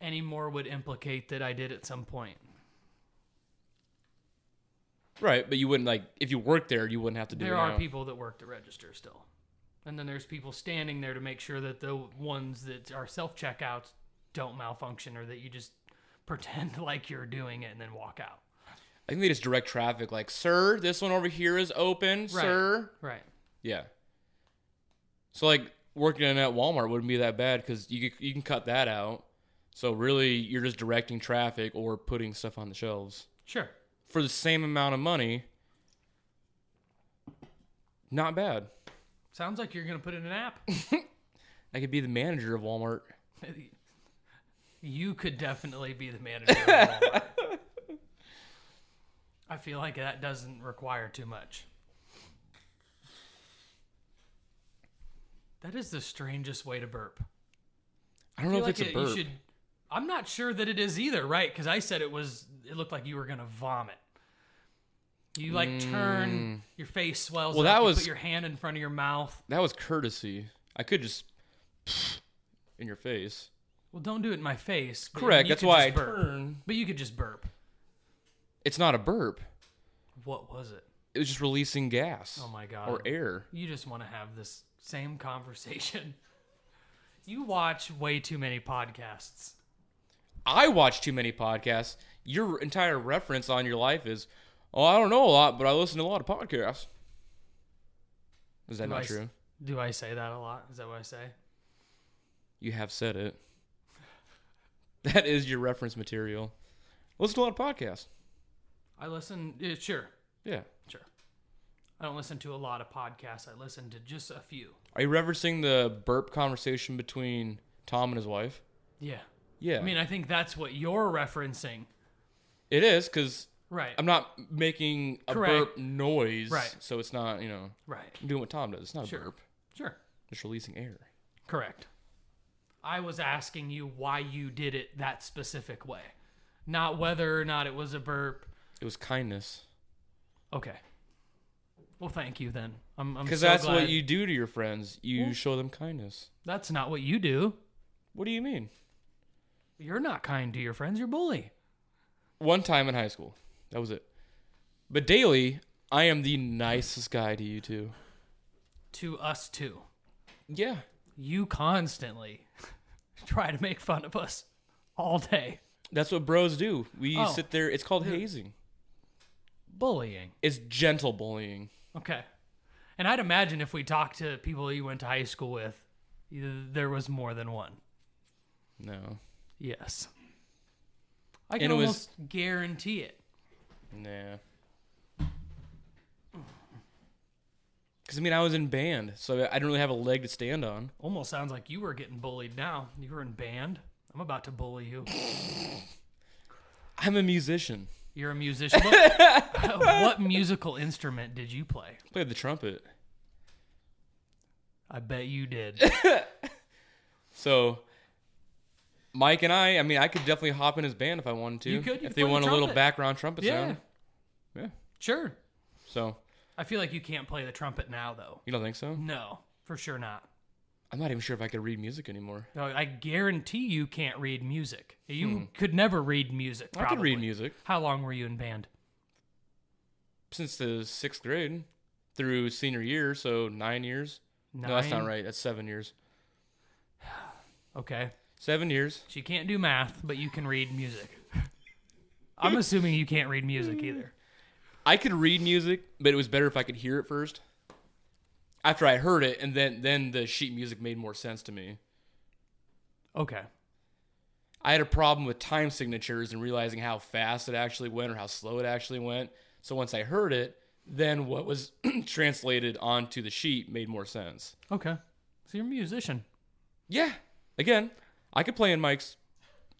Speaker 2: Any more would implicate that I did at some point.
Speaker 1: Right, but you wouldn't like if you worked there, you wouldn't have to do
Speaker 2: There
Speaker 1: it.
Speaker 2: are
Speaker 1: now.
Speaker 2: people that work the register still. And then there's people standing there to make sure that the ones that are self checkouts don't malfunction or that you just pretend <laughs> like you're doing it and then walk out.
Speaker 1: I think they just direct traffic, like, sir, this one over here is open, sir.
Speaker 2: Right.
Speaker 1: Yeah. So like working in at Walmart wouldn't be that bad because you c- you can cut that out. So really, you're just directing traffic or putting stuff on the shelves
Speaker 2: Sure.
Speaker 1: for the same amount of money. Not bad.
Speaker 2: Sounds like you're going to put in an app.
Speaker 1: I could be the manager of Walmart.
Speaker 2: <laughs> you could definitely be the manager of Walmart. I feel like that doesn't require too much. That is the strangest way to burp.
Speaker 1: I don't know
Speaker 2: feel
Speaker 1: if it's
Speaker 2: like
Speaker 1: a
Speaker 2: it-
Speaker 1: burp.
Speaker 2: You should, I'm not sure that it is either, right? Because I said it was. It looked like you were gonna vomit. You like turn your face swells.
Speaker 1: Mm. Well,
Speaker 2: up,
Speaker 1: that
Speaker 2: you
Speaker 1: was-
Speaker 2: put your hand in front of your mouth.
Speaker 1: That was courtesy. I could just <sniffs> in your face.
Speaker 2: Well, don't do it in my face. but
Speaker 1: Correct.
Speaker 2: you
Speaker 1: That's
Speaker 2: could
Speaker 1: why
Speaker 2: just
Speaker 1: I
Speaker 2: burp.
Speaker 1: turn.
Speaker 2: But you could just burp.
Speaker 1: It's not a burp.
Speaker 2: What was it?
Speaker 1: It was just releasing gas.
Speaker 2: Oh my god.
Speaker 1: Or air.
Speaker 2: You just want to have this same conversation. <laughs> You watch way too many podcasts.
Speaker 1: I watch too many podcasts. Your entire reference on your life is, oh, I don't know a lot, but I listen to a lot of podcasts. Is that
Speaker 2: Do I
Speaker 1: not
Speaker 2: s-
Speaker 1: true?
Speaker 2: Do I say that a lot? Is that what I say?
Speaker 1: You have said it. <laughs> That is your reference material. Listen to a lot of podcasts.
Speaker 2: I listen. Yeah, sure.
Speaker 1: Yeah.
Speaker 2: Sure. I don't listen to a lot of podcasts. I listen to just a few.
Speaker 1: Are you referencing the burp conversation between Tom and his wife?
Speaker 2: Yeah.
Speaker 1: Yeah.
Speaker 2: I mean, uh, I think that's what you're referencing.
Speaker 1: it is because
Speaker 2: Right.
Speaker 1: I'm not making a
Speaker 2: Correct.
Speaker 1: burp noise,
Speaker 2: Right.
Speaker 1: So it's not, you know,
Speaker 2: right.
Speaker 1: I'm doing what Tom does. It's not
Speaker 2: Sure.
Speaker 1: a burp.
Speaker 2: Sure.
Speaker 1: It's releasing air.
Speaker 2: Correct. I was asking you why you did it that specific way, not whether or not it was a burp.
Speaker 1: It was kindness
Speaker 2: Okay. Well, thank you then. I'm I'm
Speaker 1: because
Speaker 2: so
Speaker 1: that's
Speaker 2: glad.
Speaker 1: what you do to your friends. You show them kindness.
Speaker 2: That's not what you do.
Speaker 1: What do you mean?
Speaker 2: You're not kind to your friends. You're bully.
Speaker 1: One time in high school, that was it. But daily, I am the nicest guy to you two.
Speaker 2: To us too.
Speaker 1: Yeah,
Speaker 2: You constantly <laughs> try to make fun of us all day.
Speaker 1: that's what bros do. We
Speaker 2: Oh.
Speaker 1: sit there. It's called hazing.
Speaker 2: Bullying.
Speaker 1: It's gentle bullying.
Speaker 2: Okay. And I'd imagine if we talked to people you went to high school with, you- there was more than one.
Speaker 1: No,
Speaker 2: Yes. I can
Speaker 1: And it was-
Speaker 2: almost guarantee it.
Speaker 1: nah. Because I mean, I was in band, so I didn't really have a leg to stand on.
Speaker 2: Almost sounds like you were getting bullied now. You were in band. I'm about to bully you.
Speaker 1: I'm a musician.
Speaker 2: You're
Speaker 1: <laughs>
Speaker 2: a musician. What, what musical instrument did you play?
Speaker 1: I played the trumpet.
Speaker 2: I bet you did.
Speaker 1: So Mike and I, I mean, I could definitely hop in his band if I wanted to.
Speaker 2: You could, you
Speaker 1: if
Speaker 2: could
Speaker 1: they
Speaker 2: play the
Speaker 1: want a little
Speaker 2: trumpet.
Speaker 1: background trumpet
Speaker 2: Yeah.
Speaker 1: sound. Yeah.
Speaker 2: Sure.
Speaker 1: So
Speaker 2: I feel like you can't play the trumpet now, though.
Speaker 1: you don't think so?
Speaker 2: No, for sure not.
Speaker 1: I'm not even sure if I could read music anymore.
Speaker 2: No, I guarantee you can't read music. You could never read music.
Speaker 1: Hmm. I could
Speaker 2: probably.
Speaker 1: read music
Speaker 2: How long were you in band?
Speaker 1: since the sixth grade through senior year, so nine years. No, that's not
Speaker 2: Nine?
Speaker 1: right. That's seven years.
Speaker 2: Okay.
Speaker 1: Seven years.
Speaker 2: So you can't do math, but you can read music. I'm assuming you can't
Speaker 1: <laughs>
Speaker 2: read music either.
Speaker 1: I could read music, but it was better if I could hear it first. After I heard it, and then then the sheet music made more sense to me.
Speaker 2: Okay.
Speaker 1: I had a problem with time signatures and realizing how fast it actually went or how slow it actually went. So once I heard it, then what was <clears throat> translated onto the sheet made more sense.
Speaker 2: Okay. So you're a musician. <laughs>
Speaker 1: Yeah. Again, I could play in Mike's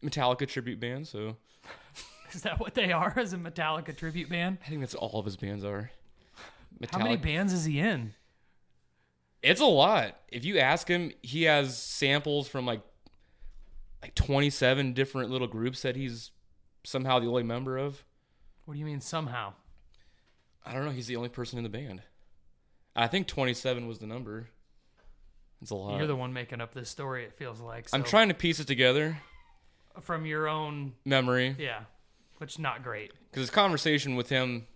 Speaker 1: Metallica tribute band, so
Speaker 2: Is that what they are as a Metallica tribute band?
Speaker 1: I think that's all of his bands are. Metallica.
Speaker 2: How many bands is he in?
Speaker 1: It's a lot. If you ask him, he has samples from like like 27 different little groups that he's somehow the only member of.
Speaker 2: What do you mean somehow?
Speaker 1: I don't know, he's the only person in the band. I think 27 was the number. It's a lot.
Speaker 2: You're the one making up this story, it feels like. So
Speaker 1: I'm trying to piece it together,
Speaker 2: from your own
Speaker 1: memory,
Speaker 2: yeah. Which not great. <laughs>
Speaker 1: because this conversation with him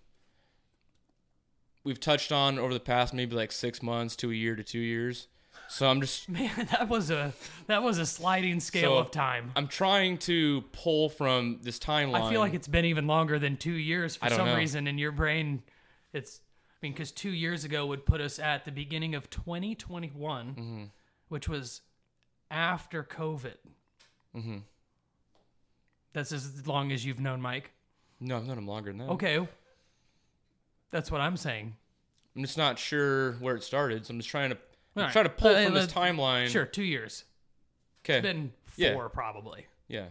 Speaker 1: we've touched on over the past maybe like 6 months to a year to 2 years. So I'm just
Speaker 2: Man, that was a that was a sliding scale
Speaker 1: So,
Speaker 2: of time.
Speaker 1: I'm trying to pull from this timeline.
Speaker 2: I feel like it's been even longer than two years for
Speaker 1: I don't
Speaker 2: some
Speaker 1: know.
Speaker 2: reason in your brain. It's, I mean, because two years ago would put us at the beginning of 2021,
Speaker 1: Mm-hmm.
Speaker 2: which was after COVID. Mm-hmm. That's as long as you've known Mike.
Speaker 1: No, I've known him longer than that.
Speaker 2: Okay. That's what I'm saying.
Speaker 1: I'm just not sure where it started, so I'm just trying to I'm
Speaker 2: All right.
Speaker 1: trying to pull
Speaker 2: Uh,
Speaker 1: from this
Speaker 2: let-
Speaker 1: timeline.
Speaker 2: Sure, two years.
Speaker 1: <laughs> Okay.
Speaker 2: Been four,
Speaker 1: Yeah.
Speaker 2: probably. <laughs>
Speaker 1: Yeah.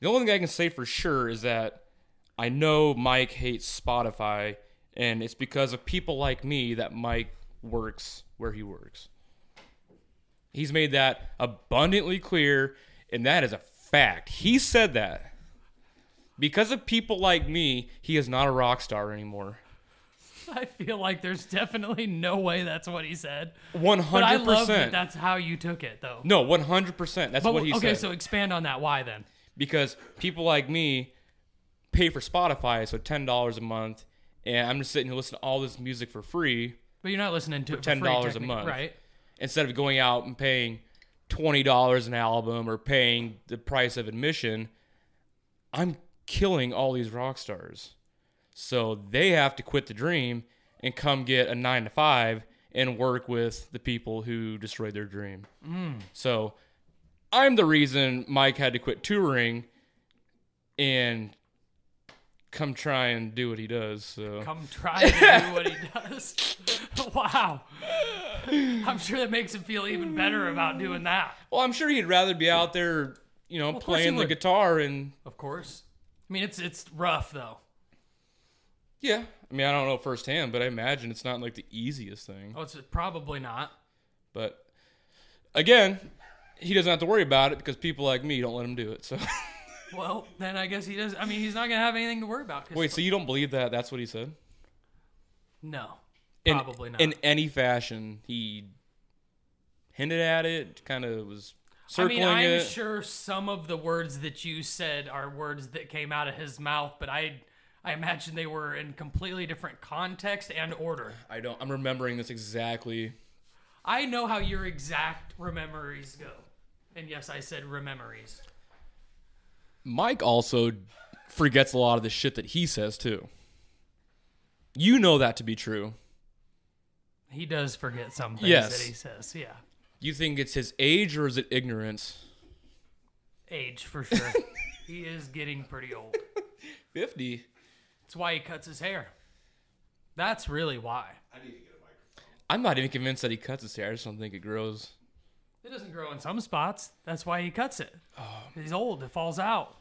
Speaker 1: The only thing I can say for sure is that I know Mike hates Spotify, and it's because of people like me that Mike works where he works. He's made that abundantly clear, and that is a fact. He said that. Because of people like me, he is not a rock star anymore.
Speaker 2: I feel like there's definitely no way that's what he said.
Speaker 1: 100%.
Speaker 2: But I love that that's how you took it, though.
Speaker 1: no, 100%. That's
Speaker 2: But,
Speaker 1: what he
Speaker 2: okay,
Speaker 1: said.
Speaker 2: so expand on that. Why then?
Speaker 1: because people like me pay for Spotify, so ten dollars a month, and I'm just sitting here listening to all this music for free
Speaker 2: But you're not listening to it for
Speaker 1: $10
Speaker 2: free,
Speaker 1: a
Speaker 2: technically,
Speaker 1: month.
Speaker 2: right?
Speaker 1: instead of going out and paying twenty dollars an album or paying the price of admission. I'm killing all these rock stars, so they have to quit the dream and come get a nine to five and work with the people who destroyed their dream.
Speaker 2: Mm.
Speaker 1: So I'm the reason Mike had to quit touring and come try and do what he does. So <laughs>
Speaker 2: Come try to do what he does. <laughs> wow, I'm sure that makes him feel even better about doing that.
Speaker 1: well, I'm sure he'd rather be out there, you know,
Speaker 2: of course he
Speaker 1: playing the
Speaker 2: would.
Speaker 1: guitar and
Speaker 2: Of course. I mean, it's it's rough though.
Speaker 1: yeah. I mean, I don't know firsthand, but I imagine it's not like the easiest thing.
Speaker 2: Oh, it's probably not.
Speaker 1: But again, he doesn't have to worry about it because people like me don't let him do it. So <laughs>
Speaker 2: Well, then I guess he does. I mean, he's not gonna have anything to worry about. 'cause-
Speaker 1: wait, so you don't believe that? That's what he said.
Speaker 2: no,
Speaker 1: In-
Speaker 2: probably not.
Speaker 1: In any fashion, he hinted at it. Kind of was
Speaker 2: I
Speaker 1: circling
Speaker 2: mean, I'm
Speaker 1: it.
Speaker 2: sure some of the words that you said are words that came out of his mouth, but I I imagine they were in completely different context and order.
Speaker 1: I don't. I'm remembering this exactly.
Speaker 2: I know how your exact rememories go. And yes, I said rememories.
Speaker 1: Mike also forgets a lot of the shit that he says too. You know that to be true.
Speaker 2: He does forget some things
Speaker 1: Yes.
Speaker 2: that he says. Yeah.
Speaker 1: You think it's his age or is it ignorance?
Speaker 2: Age
Speaker 1: <laughs>
Speaker 2: for sure. he is getting pretty old.
Speaker 1: Fifty.
Speaker 2: That's why he cuts his hair. That's really why.
Speaker 3: I need to get a microphone.
Speaker 1: I'm not even convinced that he cuts his hair. I just don't think it grows.
Speaker 2: It doesn't grow in some spots. That's why he cuts it.
Speaker 1: Oh.
Speaker 2: He's old. It falls out.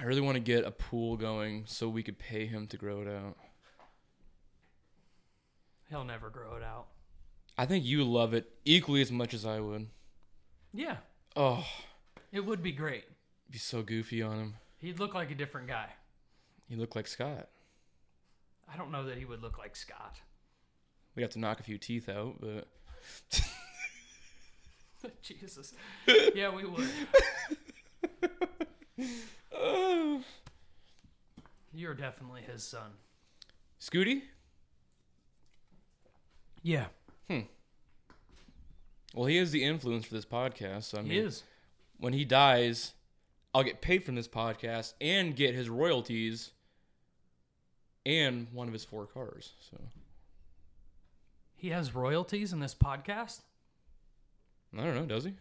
Speaker 1: I really want to get a pool going so we could pay him to grow it out.
Speaker 2: He'll never grow it out.
Speaker 1: I think you love it equally as much as I would.
Speaker 2: Yeah.
Speaker 1: Oh,
Speaker 2: It would be great.
Speaker 1: Be so goofy on him.
Speaker 2: He'd look like a different guy.
Speaker 1: He looked like Scott.
Speaker 2: I don't know that he would look like Scott. <laughs>
Speaker 1: We'd have to knock a few teeth out, but
Speaker 2: Jesus. Yeah, we would.
Speaker 1: oh.
Speaker 2: You're definitely his son.
Speaker 1: Scooty.
Speaker 2: Yeah,
Speaker 1: Well, he is the influence for this podcast. So I
Speaker 2: he
Speaker 1: mean,
Speaker 2: is.
Speaker 1: when he dies, I'll get paid from this podcast and get his royalties and one of his four cars. So
Speaker 2: He has royalties in this podcast.
Speaker 1: I don't know, does he?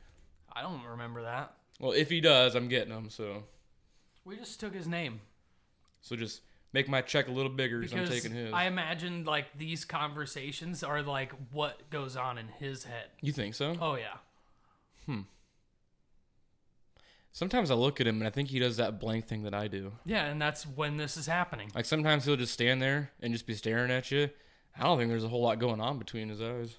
Speaker 2: I don't remember that.
Speaker 1: Well, if he does, I'm getting them. So
Speaker 2: We just took his name
Speaker 1: so just make my check a little bigger because I'm
Speaker 2: because
Speaker 1: taking his.
Speaker 2: I imagine like these conversations are like what goes on in his head.
Speaker 1: you think so?
Speaker 2: Oh yeah,
Speaker 1: Sometimes I look at him and I think he does that blank thing that I do.
Speaker 2: yeah, and that's when this is happening.
Speaker 1: Like sometimes he'll just stand there and just be staring at you. I don't think there's a whole lot going on between his eyes.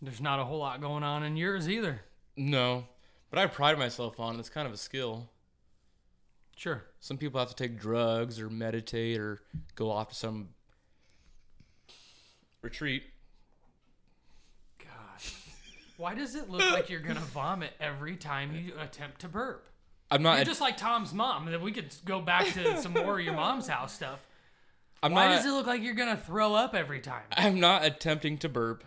Speaker 2: There's not a whole lot going on in yours either.
Speaker 1: No, but I pride myself on it. it's kind of a skill.
Speaker 2: Sure.
Speaker 1: Some people have to take drugs or meditate or go off to some retreat.
Speaker 2: God, why does it look like you're gonna vomit every time you attempt to burp?
Speaker 1: I'm not.
Speaker 2: You're just like Tom's mom. That we could go back to
Speaker 1: <laughs>
Speaker 2: some more of your mom's house stuff.
Speaker 1: I'm
Speaker 2: Why
Speaker 1: not.
Speaker 2: does it look like you're gonna throw up every time?
Speaker 1: <laughs> I'm not attempting to burp.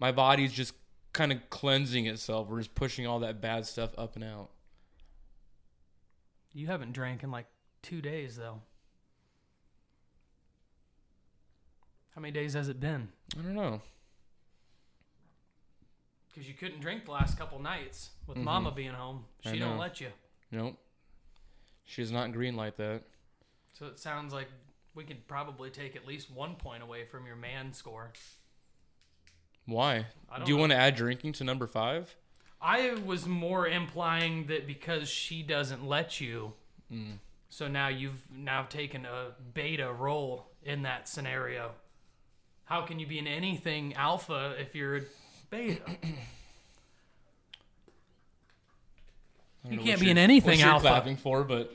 Speaker 1: My body's just kind of cleansing itself. We're just pushing all that bad stuff up and out.
Speaker 2: You haven't drank in like two days though. How many days has it been?
Speaker 1: I don't know.
Speaker 2: Because you couldn't drink the last couple nights with Mama being home.
Speaker 1: Mm-hmm. I
Speaker 2: She don't
Speaker 1: know.
Speaker 2: let you.
Speaker 1: Nope. She does not green light that.
Speaker 2: So it sounds like we could probably take at least one point away from your man score.
Speaker 1: Why?
Speaker 2: I don't
Speaker 1: Do you
Speaker 2: know.
Speaker 1: want to add drinking to number five?
Speaker 2: I was more implying that because she doesn't let you,
Speaker 1: Mm.
Speaker 2: so now you've now taken a beta role in that scenario. How can you be in anything alpha if you're a beta?
Speaker 1: <coughs> I don't
Speaker 2: You
Speaker 1: know <laughs>
Speaker 2: can't
Speaker 1: what
Speaker 2: be
Speaker 1: you're-
Speaker 2: in anything
Speaker 1: what you're
Speaker 2: alpha.
Speaker 1: clapping for, but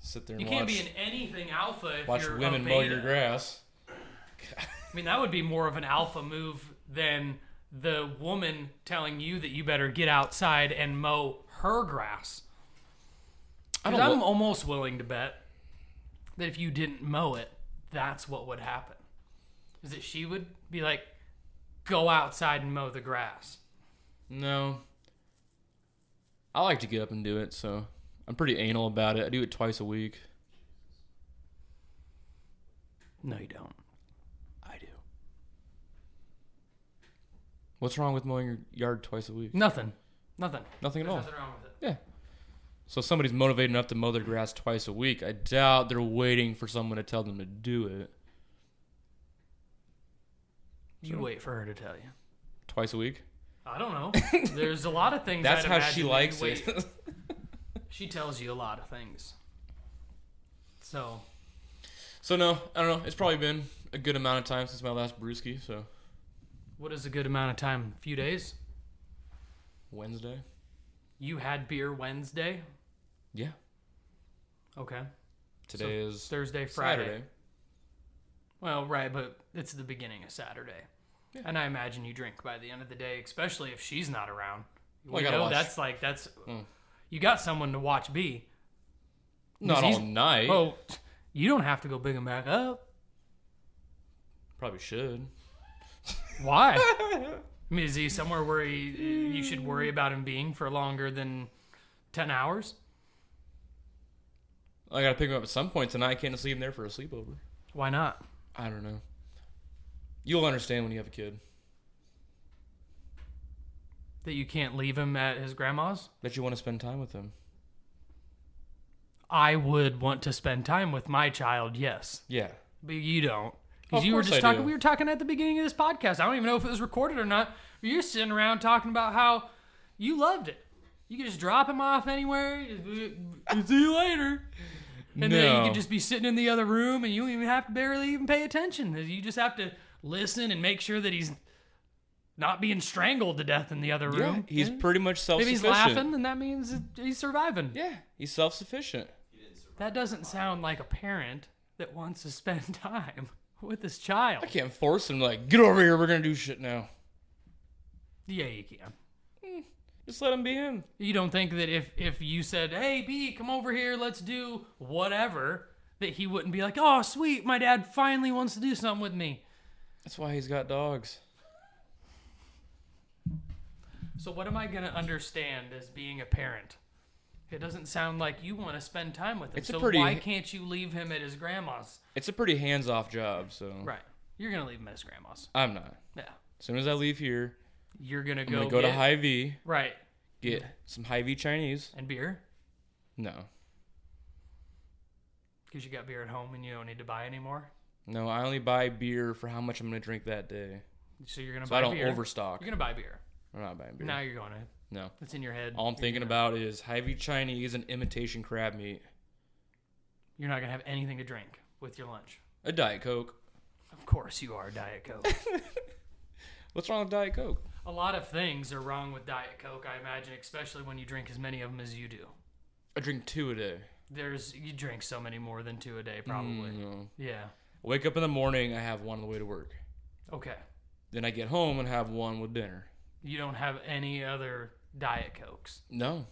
Speaker 1: sit there and
Speaker 2: You
Speaker 1: watch,
Speaker 2: can't be in anything alpha if
Speaker 1: watch
Speaker 2: you're
Speaker 1: women
Speaker 2: a
Speaker 1: mow
Speaker 2: beta.
Speaker 1: your grass.
Speaker 2: I mean, that would be more of an alpha move than the woman telling you that you better get outside and mow her grass.
Speaker 1: I
Speaker 2: Because
Speaker 1: don't.
Speaker 2: I'm
Speaker 1: lo-
Speaker 2: almost willing to bet that if you didn't mow it, that's what would happen. Is that she would be like, go outside and mow the grass.
Speaker 1: no. I like to get up and do it, so I'm pretty anal about it. I do it twice a week.
Speaker 2: No, you don't.
Speaker 1: I do. What's wrong with mowing your yard twice a week?
Speaker 2: Nothing. Nothing.
Speaker 1: Nothing at
Speaker 2: There's
Speaker 1: all.
Speaker 2: nothing wrong with it.
Speaker 1: Yeah. So if somebody's motivated enough to mow their grass twice a week. I doubt they're waiting for someone to tell them to do it
Speaker 2: You wait for her to tell you.
Speaker 1: twice a week.
Speaker 2: I don't know. <laughs> There's a lot of things.
Speaker 1: That's
Speaker 2: I'd
Speaker 1: how
Speaker 2: imagine
Speaker 1: she
Speaker 2: that you
Speaker 1: likes
Speaker 2: wait-
Speaker 1: it. <laughs>
Speaker 2: She tells you a lot of things. So
Speaker 1: so no, I don't know. It's probably been a good amount of time since my last brewski. So
Speaker 2: What is a good amount of time? A few days?
Speaker 1: Wednesday.
Speaker 2: You had beer Wednesday?
Speaker 1: Yeah.
Speaker 2: Okay.
Speaker 1: Today is
Speaker 2: Thursday, Friday.
Speaker 1: Saturday.
Speaker 2: Well, right, but it's the beginning of Saturday. And I imagine you drink by the end of the day, especially if she's not around.
Speaker 1: Well, I
Speaker 2: you
Speaker 1: gotta
Speaker 2: know,
Speaker 1: watch. Mm.
Speaker 2: that's like, that's. You got someone to watch B.
Speaker 1: Not all
Speaker 2: he's-
Speaker 1: night.
Speaker 2: Oh, you don't have to go big and back up.
Speaker 1: Probably should. <laughs>
Speaker 2: Why? I mean, is he somewhere where he, you should worry about him being for longer than 10 hours?
Speaker 1: I gotta pick him up at some point tonight. I can't just leave him there for a sleepover.
Speaker 2: Why not?
Speaker 1: I don't know. You'll understand when you have a kid.
Speaker 2: That you can't leave him at his grandma's?
Speaker 1: That you want to spend time with them.
Speaker 2: I would want to spend time with my child, yes.
Speaker 1: Yeah.
Speaker 2: But you don't.
Speaker 1: Of
Speaker 2: Because you were
Speaker 1: course
Speaker 2: just
Speaker 1: I
Speaker 2: talking
Speaker 1: do.
Speaker 2: we were talking at the beginning of this podcast. I don't even know if it was recorded or not. You're sitting around talking about how you loved it. You could just drop him off anywhere. See you later. And then you
Speaker 1: No.
Speaker 2: could just be sitting in the other room and you don't even have to barely even pay attention. You just have to listen and make sure that he's not being strangled to death in the other
Speaker 1: Yeah,
Speaker 2: room.
Speaker 1: he's pretty much self
Speaker 2: Maybe he's
Speaker 1: sufficient.
Speaker 2: laughing, and that means that he's surviving.
Speaker 1: Yeah, he's self sufficient.
Speaker 2: That doesn't sound like a parent that wants to spend <laughs> time with his child.
Speaker 1: I can't force him to like get over here. We're gonna do shit now.
Speaker 2: Yeah, you can.
Speaker 1: Just let him be him.
Speaker 2: You don't think that if if you said, "Hey, B, come over here, let's do whatever," that he wouldn't be like, "Oh, sweet, my dad finally wants to do something with me."
Speaker 1: That's why he's got dogs.
Speaker 2: So what am I gonna understand as being a parent? It doesn't sound like you want to spend time with him.
Speaker 1: It's a
Speaker 2: so
Speaker 1: pretty-
Speaker 2: why can't you leave him at his grandma's?
Speaker 1: It's a pretty hands off job, so
Speaker 2: Right. You're gonna leave him at his grandma's.
Speaker 1: I'm not.
Speaker 2: Yeah.
Speaker 1: As soon as I leave here,
Speaker 2: You're gonna
Speaker 1: I'm
Speaker 2: go.
Speaker 1: gonna go to
Speaker 2: get-
Speaker 1: High V,
Speaker 2: Right.
Speaker 1: get some High V Chinese.
Speaker 2: And beer,
Speaker 1: No,
Speaker 2: because you got beer at home and you don't need to buy anymore.
Speaker 1: no, I only buy beer for how much I'm gonna drink that day,
Speaker 2: So you're gonna
Speaker 1: so
Speaker 2: buy
Speaker 1: I don't
Speaker 2: beer.
Speaker 1: overstock.
Speaker 2: You're gonna buy beer.
Speaker 1: I'm not buying beer.
Speaker 2: Now you're going to.
Speaker 1: No,
Speaker 2: It's in your head.
Speaker 1: all I'm
Speaker 2: You're
Speaker 1: thinking
Speaker 2: gonna-
Speaker 1: about is High V Chinese and imitation crab meat.
Speaker 2: You're not gonna have anything to drink with your lunch.
Speaker 1: A Diet Coke.
Speaker 2: Of course, you are Diet Coke.
Speaker 1: What's wrong with Diet Coke?
Speaker 2: a lot of things are wrong with Diet Coke, I imagine, especially when you drink as many of them as you do.
Speaker 1: I drink two a day.
Speaker 2: There's you drink so many more than two a day, probably.
Speaker 1: No.
Speaker 2: Yeah.
Speaker 1: Wake up in the morning, I have one on the way to work.
Speaker 2: Okay.
Speaker 1: Then I get home and have one with dinner.
Speaker 2: You don't have any other Diet Cokes.
Speaker 1: No.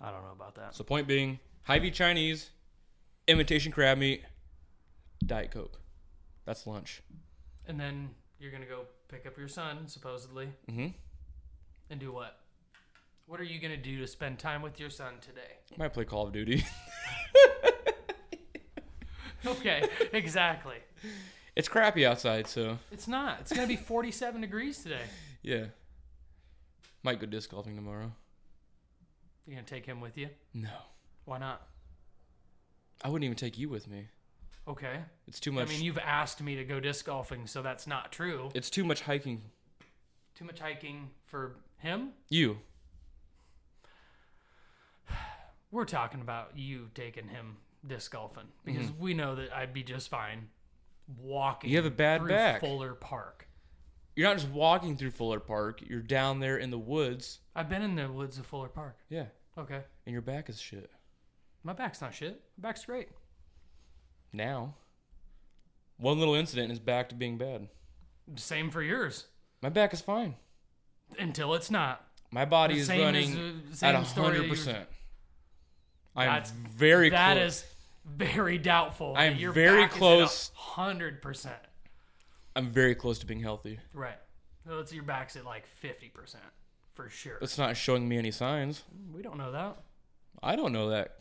Speaker 2: I don't know about that.
Speaker 1: So point being, Hy-Vee Chinese, imitation crab meat, Diet Coke. That's lunch.
Speaker 2: And then you're gonna go pick up your son, supposedly,
Speaker 1: Mhm.
Speaker 2: and do what? What are you gonna do to spend time with your son today?
Speaker 1: Might play Call of Duty.
Speaker 2: Okay, exactly.
Speaker 1: it's crappy outside, so
Speaker 2: It's not. It's gonna be 47 degrees today.
Speaker 1: yeah. Might go disc golfing tomorrow.
Speaker 2: You're gonna take him with you?
Speaker 1: No.
Speaker 2: Why not?
Speaker 1: I wouldn't even take you with me.
Speaker 2: Okay.
Speaker 1: It's too much
Speaker 2: I mean, you've asked me to go disc golfing, so that's not true.
Speaker 1: it's too much hiking.
Speaker 2: Too much hiking for him.
Speaker 1: You.
Speaker 2: We're talking about you taking him disc golfing
Speaker 1: Mm-hmm.
Speaker 2: because we know that I'd be just fine walking.
Speaker 1: You have a bad
Speaker 2: through
Speaker 1: back.
Speaker 2: Fuller Park.
Speaker 1: You're not just walking through Fuller Park, you're down there in the woods.
Speaker 2: I've been in the woods of Fuller Park.
Speaker 1: Yeah.
Speaker 2: Okay.
Speaker 1: And your back is shit.
Speaker 2: My back's not shit. My back's great.
Speaker 1: Now. One little incident is back to being bad.
Speaker 2: Same for yours.
Speaker 1: My back is fine.
Speaker 2: Until it's not.
Speaker 1: My body
Speaker 2: The
Speaker 1: is
Speaker 2: same
Speaker 1: running
Speaker 2: as, uh,
Speaker 1: at
Speaker 2: same story that you
Speaker 1: hundred
Speaker 2: were-
Speaker 1: percent. I'm
Speaker 2: That's-
Speaker 1: very
Speaker 2: That
Speaker 1: close.
Speaker 2: is very doubtful.
Speaker 1: I am
Speaker 2: that your
Speaker 1: very
Speaker 2: back is at
Speaker 1: close.
Speaker 2: 100%.
Speaker 1: I'm very close to being healthy.
Speaker 2: Right. So it's your back's at like 50% for sure.
Speaker 1: It's not showing me any signs.
Speaker 2: We don't know that.
Speaker 1: I don't know that.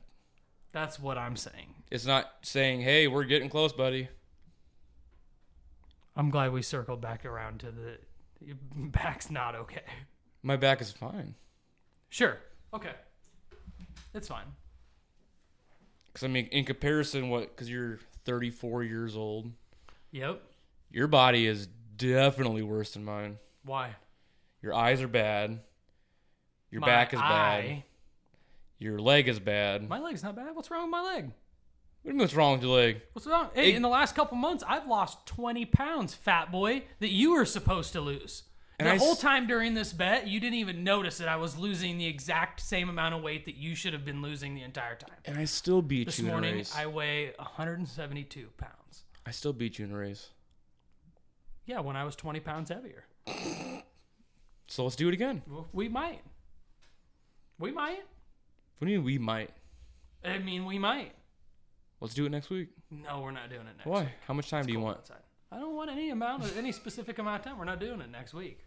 Speaker 2: That's what I'm saying.
Speaker 1: It's not saying, "Hey, we're getting close, buddy."
Speaker 2: I'm glad we circled back around to the <laughs> your back's not okay.
Speaker 1: My back is fine.
Speaker 2: Sure. Okay. It's fine.
Speaker 1: Because I mean, in comparison, what? Because you're 34 years old.
Speaker 2: Yep.
Speaker 1: Your body is definitely worse than mine.
Speaker 2: Why?
Speaker 1: Your eyes are bad. Your
Speaker 2: My
Speaker 1: back is bad.
Speaker 2: eye-
Speaker 1: Your leg is bad.
Speaker 2: My leg's not bad. What's wrong with my leg?
Speaker 1: What do you mean, what's wrong with your leg?
Speaker 2: What's wrong? Hey,
Speaker 1: It-
Speaker 2: in the last couple months, I've lost 20 pounds, fat boy, that you were supposed to lose.
Speaker 1: And
Speaker 2: the
Speaker 1: I
Speaker 2: whole
Speaker 1: s-
Speaker 2: time during this bet, you didn't even notice that I was losing the exact same amount of weight that you should have been losing the entire time.
Speaker 1: And I still beat
Speaker 2: This
Speaker 1: you in a
Speaker 2: morning,
Speaker 1: race.
Speaker 2: I weigh 172 pounds.
Speaker 1: I still beat you in a race.
Speaker 2: Yeah, when I was 20 pounds heavier.
Speaker 1: So let's do it again.
Speaker 2: Well, We might. We might.
Speaker 1: What do you mean we might?
Speaker 2: I mean, we might.
Speaker 1: Let's do it next week.
Speaker 2: No, we're not doing it next.
Speaker 1: Why?
Speaker 2: week.
Speaker 1: How much time do you want?
Speaker 2: Outside. I don't want any amount of any specific amount of time. We're not doing it next week.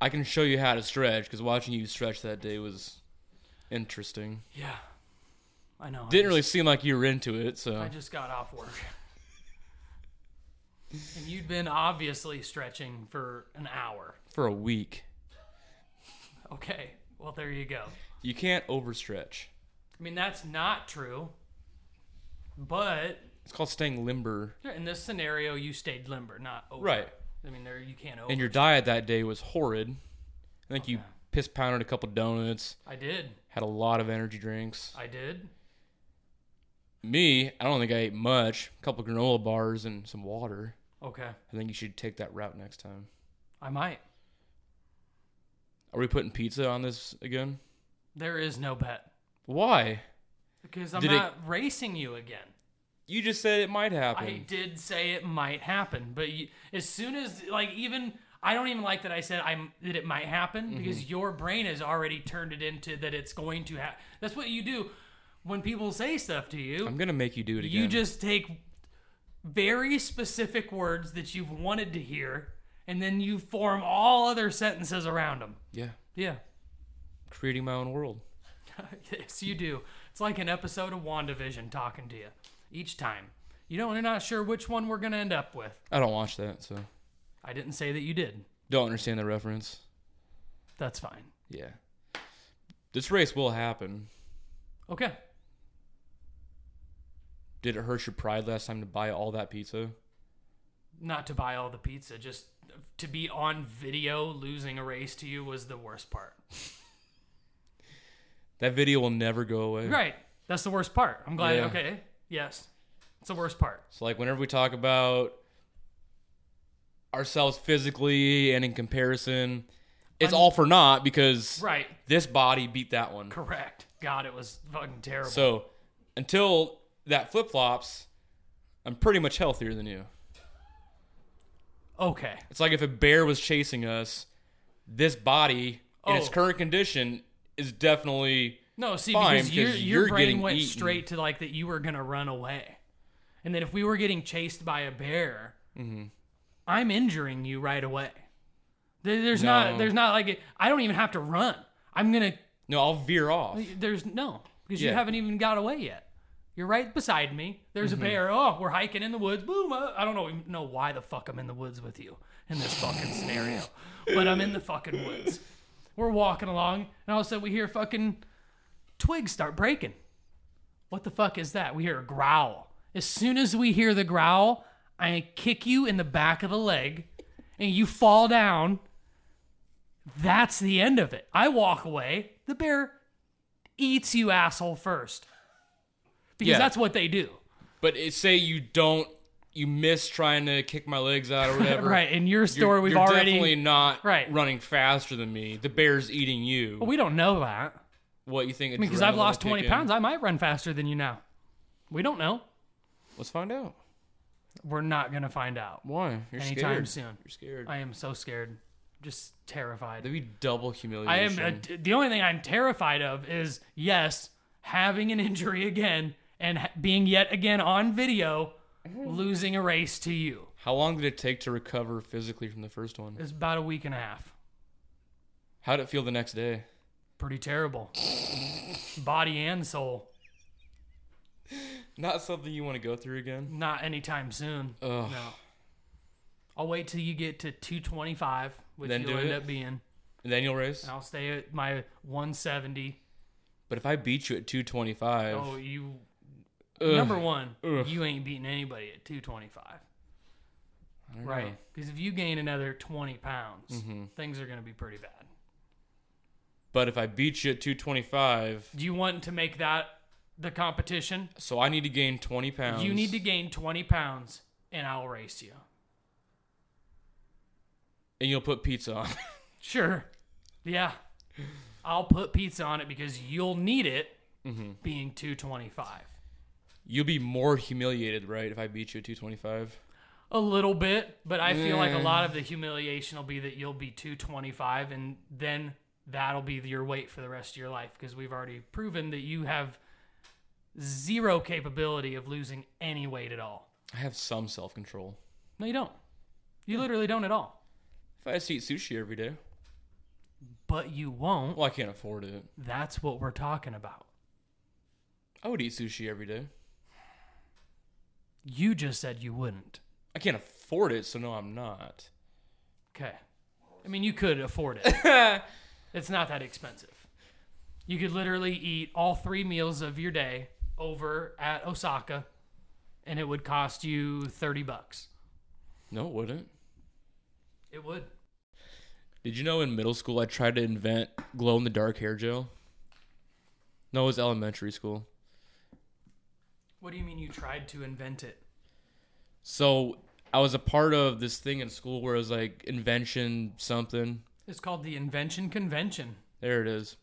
Speaker 1: I can show you how to stretch because watching you stretch that day was interesting.
Speaker 2: Yeah, I know. I
Speaker 1: Didn't
Speaker 2: just-
Speaker 1: really seem like you were into it,
Speaker 2: I
Speaker 1: so
Speaker 2: just got off work. and you'd been obviously stretching for an hour.
Speaker 1: for a week.
Speaker 2: Okay. Well, there you go.
Speaker 1: You can't overstretch.
Speaker 2: I mean, that's not true. But
Speaker 1: It's called staying limber.
Speaker 2: in this scenario, you stayed limber, not over.
Speaker 1: Right.
Speaker 2: I mean, there you can't over.
Speaker 1: And your diet that day was horrid. I think you
Speaker 2: Okay.
Speaker 1: piss pounded a couple donuts,
Speaker 2: I did.
Speaker 1: had a lot of energy drinks.
Speaker 2: I did.
Speaker 1: Me, I don't think I ate much. A couple granola bars and some water.
Speaker 2: Okay,
Speaker 1: I think you should take that route next time.
Speaker 2: I might.
Speaker 1: Are we putting pizza on this again?
Speaker 2: There is no bet
Speaker 1: Why?
Speaker 2: because I'm
Speaker 1: Did it-
Speaker 2: not racing you again.
Speaker 1: You just said it might happen.
Speaker 2: I did say it might happen, but you, as soon as like even I don't even like that I said I'm that it might happen
Speaker 1: Mm-hmm.
Speaker 2: because your brain has already turned it into that it's going to happen. That's what you do when people say stuff to you.
Speaker 1: I'm gonna make you do it again.
Speaker 2: You just take very specific words that you've wanted to hear, and then you form all other sentences around them.
Speaker 1: yeah,
Speaker 2: Yeah,
Speaker 1: creating my own world.
Speaker 2: <laughs> yes, you do. It's like an episode of Wandavision talking to you each time. You don't. You're not sure which one we're gonna end up with.
Speaker 1: I don't watch that, so
Speaker 2: I didn't say that you did.
Speaker 1: don't understand the reference.
Speaker 2: That's fine.
Speaker 1: Yeah, this race will happen.
Speaker 2: Okay.
Speaker 1: Did it hurt your pride last time to buy all that pizza?
Speaker 2: Not to buy all the pizza, just to be on video losing a race to you was the worst part.
Speaker 1: That video will never go away.
Speaker 2: Right. That's the worst part. I'm glad.
Speaker 1: Yeah.
Speaker 2: Okay. Yes. It's the worst part.
Speaker 1: So like whenever we talk about ourselves physically and in comparison, it's all for naught because
Speaker 2: Right.
Speaker 1: this body beat that one.
Speaker 2: Correct. God, it was fucking terrible.
Speaker 1: So until that flip flops, I'm pretty much healthier than you.
Speaker 2: okay.
Speaker 1: It's like if a bear was chasing us, this body in its
Speaker 2: Oh.
Speaker 1: current condition is definitely
Speaker 2: No, see,
Speaker 1: Fine,
Speaker 2: because your,
Speaker 1: because
Speaker 2: your
Speaker 1: you're
Speaker 2: brain
Speaker 1: getting
Speaker 2: went
Speaker 1: eaten.
Speaker 2: straight to like that you were going to run away. And then if we were getting chased by a bear,
Speaker 1: Mm-hmm.
Speaker 2: I'm injuring you right away. There- There's
Speaker 1: No.
Speaker 2: not, there's not like, I don't even have to run. I'm going to
Speaker 1: no, I'll veer off.
Speaker 2: There's no because you
Speaker 1: Yeah.
Speaker 2: haven't even got away yet. You're right beside me. There's a bear. Oh, we're hiking in the woods. Boom! uh, I don't know even know why the fuck I'm in the woods with you in this fucking scenario, but I'm in the fucking woods. We're walking along, and all of a sudden we hear fucking twigs start breaking. What the fuck is that? We hear a growl. As soon as we hear the growl, I kick you in the back of the leg, and you fall down. That's the end of it. I walk away. The bear eats you asshole first. Because
Speaker 1: Yeah.
Speaker 2: that's what they do.
Speaker 1: But it, say you don't, you miss trying to kick my legs out or whatever.
Speaker 2: <laughs> Right. In your story,
Speaker 1: you're,
Speaker 2: we've
Speaker 1: you're
Speaker 2: already.
Speaker 1: definitely not
Speaker 2: Right.
Speaker 1: running faster than me. The bear's eating you.
Speaker 2: Well, we don't know that.
Speaker 1: what you think?
Speaker 2: I mean, because I've lost 20 pounds. I might run faster than you now. We don't know.
Speaker 1: Let's find out.
Speaker 2: We're not going to find out
Speaker 1: Why? You're
Speaker 2: anytime
Speaker 1: scared.
Speaker 2: soon.
Speaker 1: You're scared.
Speaker 2: I am so scared. Just terrified.
Speaker 1: That'd be double humiliation.
Speaker 2: I am uh, the only thing I'm terrified of is yes, having an injury again and ha- being yet again on video, losing a race to you.
Speaker 1: How long did it take to recover physically from the first one?
Speaker 2: It's about a week and a half.
Speaker 1: How would it feel the next day?
Speaker 2: Pretty terrible, body and soul.
Speaker 1: Not something you want to go through again.
Speaker 2: Not anytime soon.
Speaker 1: Ugh.
Speaker 2: No. I'll wait till you get to 225, which
Speaker 1: Then
Speaker 2: you'll
Speaker 1: do
Speaker 2: end
Speaker 1: it.
Speaker 2: up being.
Speaker 1: And then you'll race.
Speaker 2: I'll stay at my 170.
Speaker 1: But if I beat you at 225,
Speaker 2: Oh, you.
Speaker 1: Ugh.
Speaker 2: Number one,
Speaker 1: Ugh.
Speaker 2: you ain't beating anybody at 225.
Speaker 1: I don't
Speaker 2: Right.
Speaker 1: know.
Speaker 2: Because if you gain another 20 pounds,
Speaker 1: Mm-hmm.
Speaker 2: things are going to be pretty bad.
Speaker 1: But if I beat you at 225,
Speaker 2: Do you want to make that the competition?
Speaker 1: so I need to gain 20 pounds.
Speaker 2: You need to gain 20 pounds and I'll race you.
Speaker 1: and you'll put pizza on.
Speaker 2: Sure.
Speaker 1: <laughs>
Speaker 2: Yeah. I'll put pizza on it because you'll need it
Speaker 1: Mm-hmm.
Speaker 2: being 225.
Speaker 1: you'll be more humiliated, right? If I beat you at 225.
Speaker 2: A little bit, but I feel like a
Speaker 1: Yeah.
Speaker 2: lot of the humiliation will be that you'll be 225 and then that'll be your weight for the rest of your life because we've already proven that you have zero capability of losing any weight at all.
Speaker 1: I have some self control.
Speaker 2: No, you don't. You literally don't at all.
Speaker 1: If I just eat sushi every day,
Speaker 2: But you won't.
Speaker 1: well, I can't afford it.
Speaker 2: That's what we're talking about.
Speaker 1: I would eat sushi every day.
Speaker 2: You just said you wouldn't.
Speaker 1: I can't afford it, so no, I'm not. <laughs>
Speaker 2: Okay. I mean, you could afford it. it's not that expensive. You could literally eat all three meals of your day over at Osaka, and it would cost you 30 bucks.
Speaker 1: No, it wouldn't.
Speaker 2: It would.
Speaker 1: Did you know in middle school I tried to invent glow in the dark hair gel? No, it was elementary school.
Speaker 2: What do you mean you tried to invent it?
Speaker 1: So I was a part of this thing in school where it was like invention something.
Speaker 2: It's called the Invention Convention.
Speaker 1: There it is.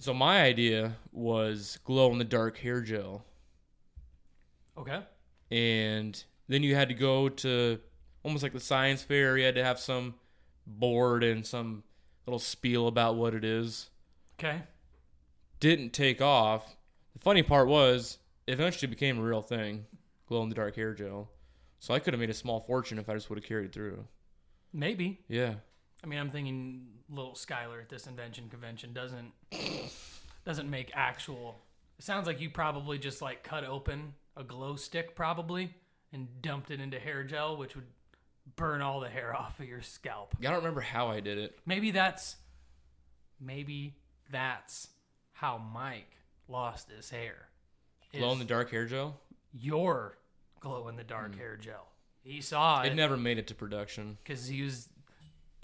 Speaker 1: So my idea was glow in the dark hair gel.
Speaker 2: Okay.
Speaker 1: and then you had to go to almost like the science fair. You had to have some board and some little spiel about what it is.
Speaker 2: Okay.
Speaker 1: Didn't take off. The funny part was, it eventually became a real thing, glow in the dark hair gel. So I could have made a small fortune if I just would have carried through.
Speaker 2: Maybe.
Speaker 1: Yeah,
Speaker 2: I mean, I'm thinking little Skylar at this invention convention doesn't doesn't make actual. It sounds like you probably just like cut open a glow stick probably and dumped it into hair gel, which would burn all the hair <laughs> off of your scalp.
Speaker 1: I don't remember how I did it.
Speaker 2: Maybe that's maybe that's how Mike lost his hair.
Speaker 1: Glow in
Speaker 2: Is
Speaker 1: the dark hair gel.
Speaker 2: your glow in the dark hair gel. He saw
Speaker 1: It
Speaker 2: it
Speaker 1: never made it to production.
Speaker 2: because he was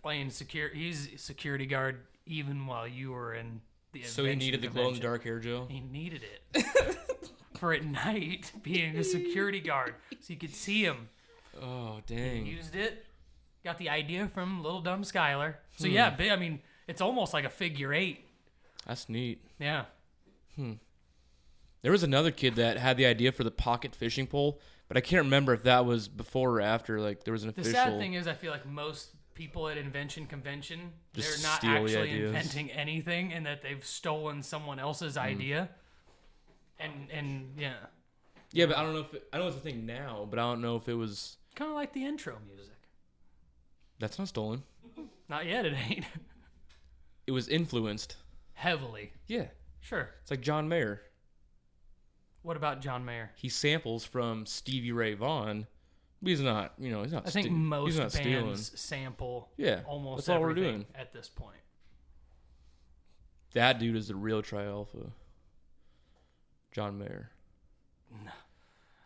Speaker 2: playing secure. He's a security guard even while you were in the.
Speaker 1: So he
Speaker 2: invention
Speaker 1: needed the glow in the
Speaker 2: convention.
Speaker 1: dark hair gel.
Speaker 2: He needed it for at night <laughs> being a security guard, so you could see him.
Speaker 1: Oh dang!
Speaker 2: Used it. Got the idea from little dumb Skylar. So
Speaker 1: Hmm.
Speaker 2: yeah, ba- I mean, it's almost like a figure eight.
Speaker 1: That's neat.
Speaker 2: Yeah.
Speaker 1: There was another kid that had the idea for the pocket fishing pole, but I can't remember if that was before or after. Like there was an
Speaker 2: The
Speaker 1: official.
Speaker 2: sad thing is, I feel like most people at invention convention
Speaker 1: Just
Speaker 2: they're not
Speaker 1: steal the
Speaker 2: actually
Speaker 1: ideas. Hmm.
Speaker 2: inventing anything, and that they've stolen someone else's idea. And and yeah,
Speaker 1: yeah, but I don't know if it, I know it's a thing now, but I don't know if it was.
Speaker 2: kind of like the intro music.
Speaker 1: That's not stolen.
Speaker 2: Not yet, it ain't <laughs>
Speaker 1: It was influenced.
Speaker 2: heavily.
Speaker 1: Yeah,
Speaker 2: Sure.
Speaker 1: it's like John Mayer.
Speaker 2: What about John Mayer?
Speaker 1: He samples from Stevie Ray Vaughan, but he's not. You know, he's not.
Speaker 2: I think
Speaker 1: sti-
Speaker 2: most
Speaker 1: he's not
Speaker 2: bands
Speaker 1: stealing.
Speaker 2: sample
Speaker 1: Yeah,
Speaker 2: almost
Speaker 1: that's all we're
Speaker 2: everything
Speaker 1: doing.
Speaker 2: at this point.
Speaker 1: That dude is the real Tri Alpha. John Mayer.
Speaker 2: No.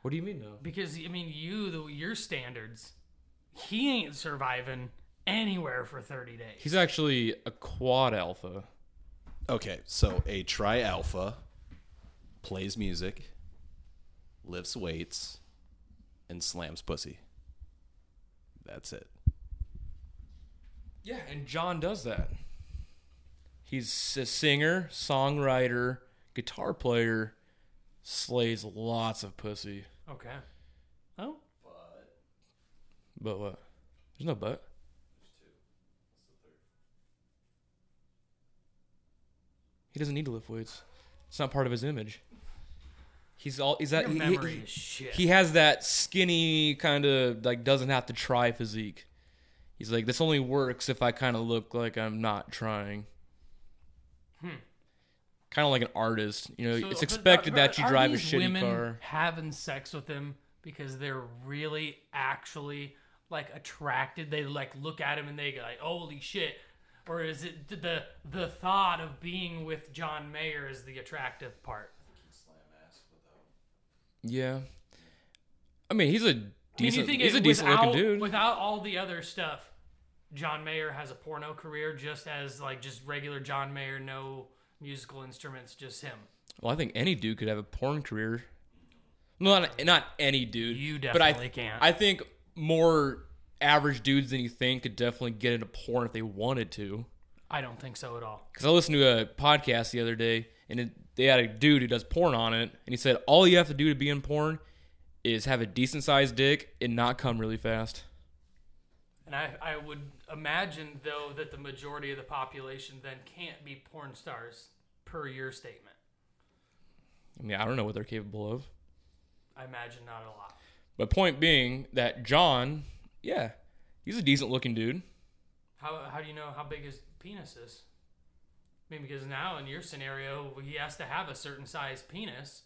Speaker 1: What do you mean no?
Speaker 2: Because I mean, you the your standards, he ain't surviving anywhere for thirty days.
Speaker 1: He's actually a quad alpha.
Speaker 4: Okay, so a tri alpha plays music, lifts weights, and slams pussy. That's it.
Speaker 1: Yeah, and John does that. He's a singer, songwriter, guitar player, slays lots of pussy.
Speaker 2: okay. Oh,
Speaker 1: But what? There's no but. He doesn't need to lift weights. It's not part of his image. He's all. He's that. Uh,
Speaker 2: your
Speaker 1: he- he-
Speaker 2: memory
Speaker 1: he-
Speaker 2: is shit.
Speaker 1: he has that skinny kind of like doesn't have to try physique. He's like this only works if I kind of look like I'm not trying. Kind of like an artist, you know.
Speaker 2: Hmm. So,
Speaker 1: it's
Speaker 2: but
Speaker 1: expected
Speaker 2: are-
Speaker 1: that you
Speaker 2: are
Speaker 1: drive a
Speaker 2: these
Speaker 1: shitty
Speaker 2: women
Speaker 1: car.
Speaker 2: Having sex with him because they're really actually like attracted. They like look at him and they go like, "Holy shit!" Or is it th- the the thought of being with John Mayer is the attractive part?
Speaker 1: Yeah, I mean he's a
Speaker 2: I mean,
Speaker 1: decent.
Speaker 2: you think
Speaker 1: he's
Speaker 2: it-
Speaker 1: a decent
Speaker 2: without,
Speaker 1: looking dude.
Speaker 2: Without all the other stuff, John Mayer has a porno career just as like just regular John Mayer, no musical instruments, just him.
Speaker 1: well, I think any dude could have a porn career. Well, Not not any dude.
Speaker 2: You
Speaker 1: but I,
Speaker 2: definitely can't.
Speaker 1: I think more average dudes than you think could definitely get into porn if they wanted to.
Speaker 2: I don't think so at all.
Speaker 1: because I listened to a podcast the other day, and it, they had a dude who does porn on it, and he said all you have to do to be in porn is have a decent sized dick and not come really fast.
Speaker 2: And I, I would imagine, though, that the majority of the population then can't be porn stars per your statement.
Speaker 1: I mean, I don't know what they're capable of,
Speaker 2: I imagine not a lot.
Speaker 1: but point being that John, yeah, he's a decent looking dude.
Speaker 2: How, how do you know how big his penis is? I mean, because now in your scenario, he has to have a certain size penis.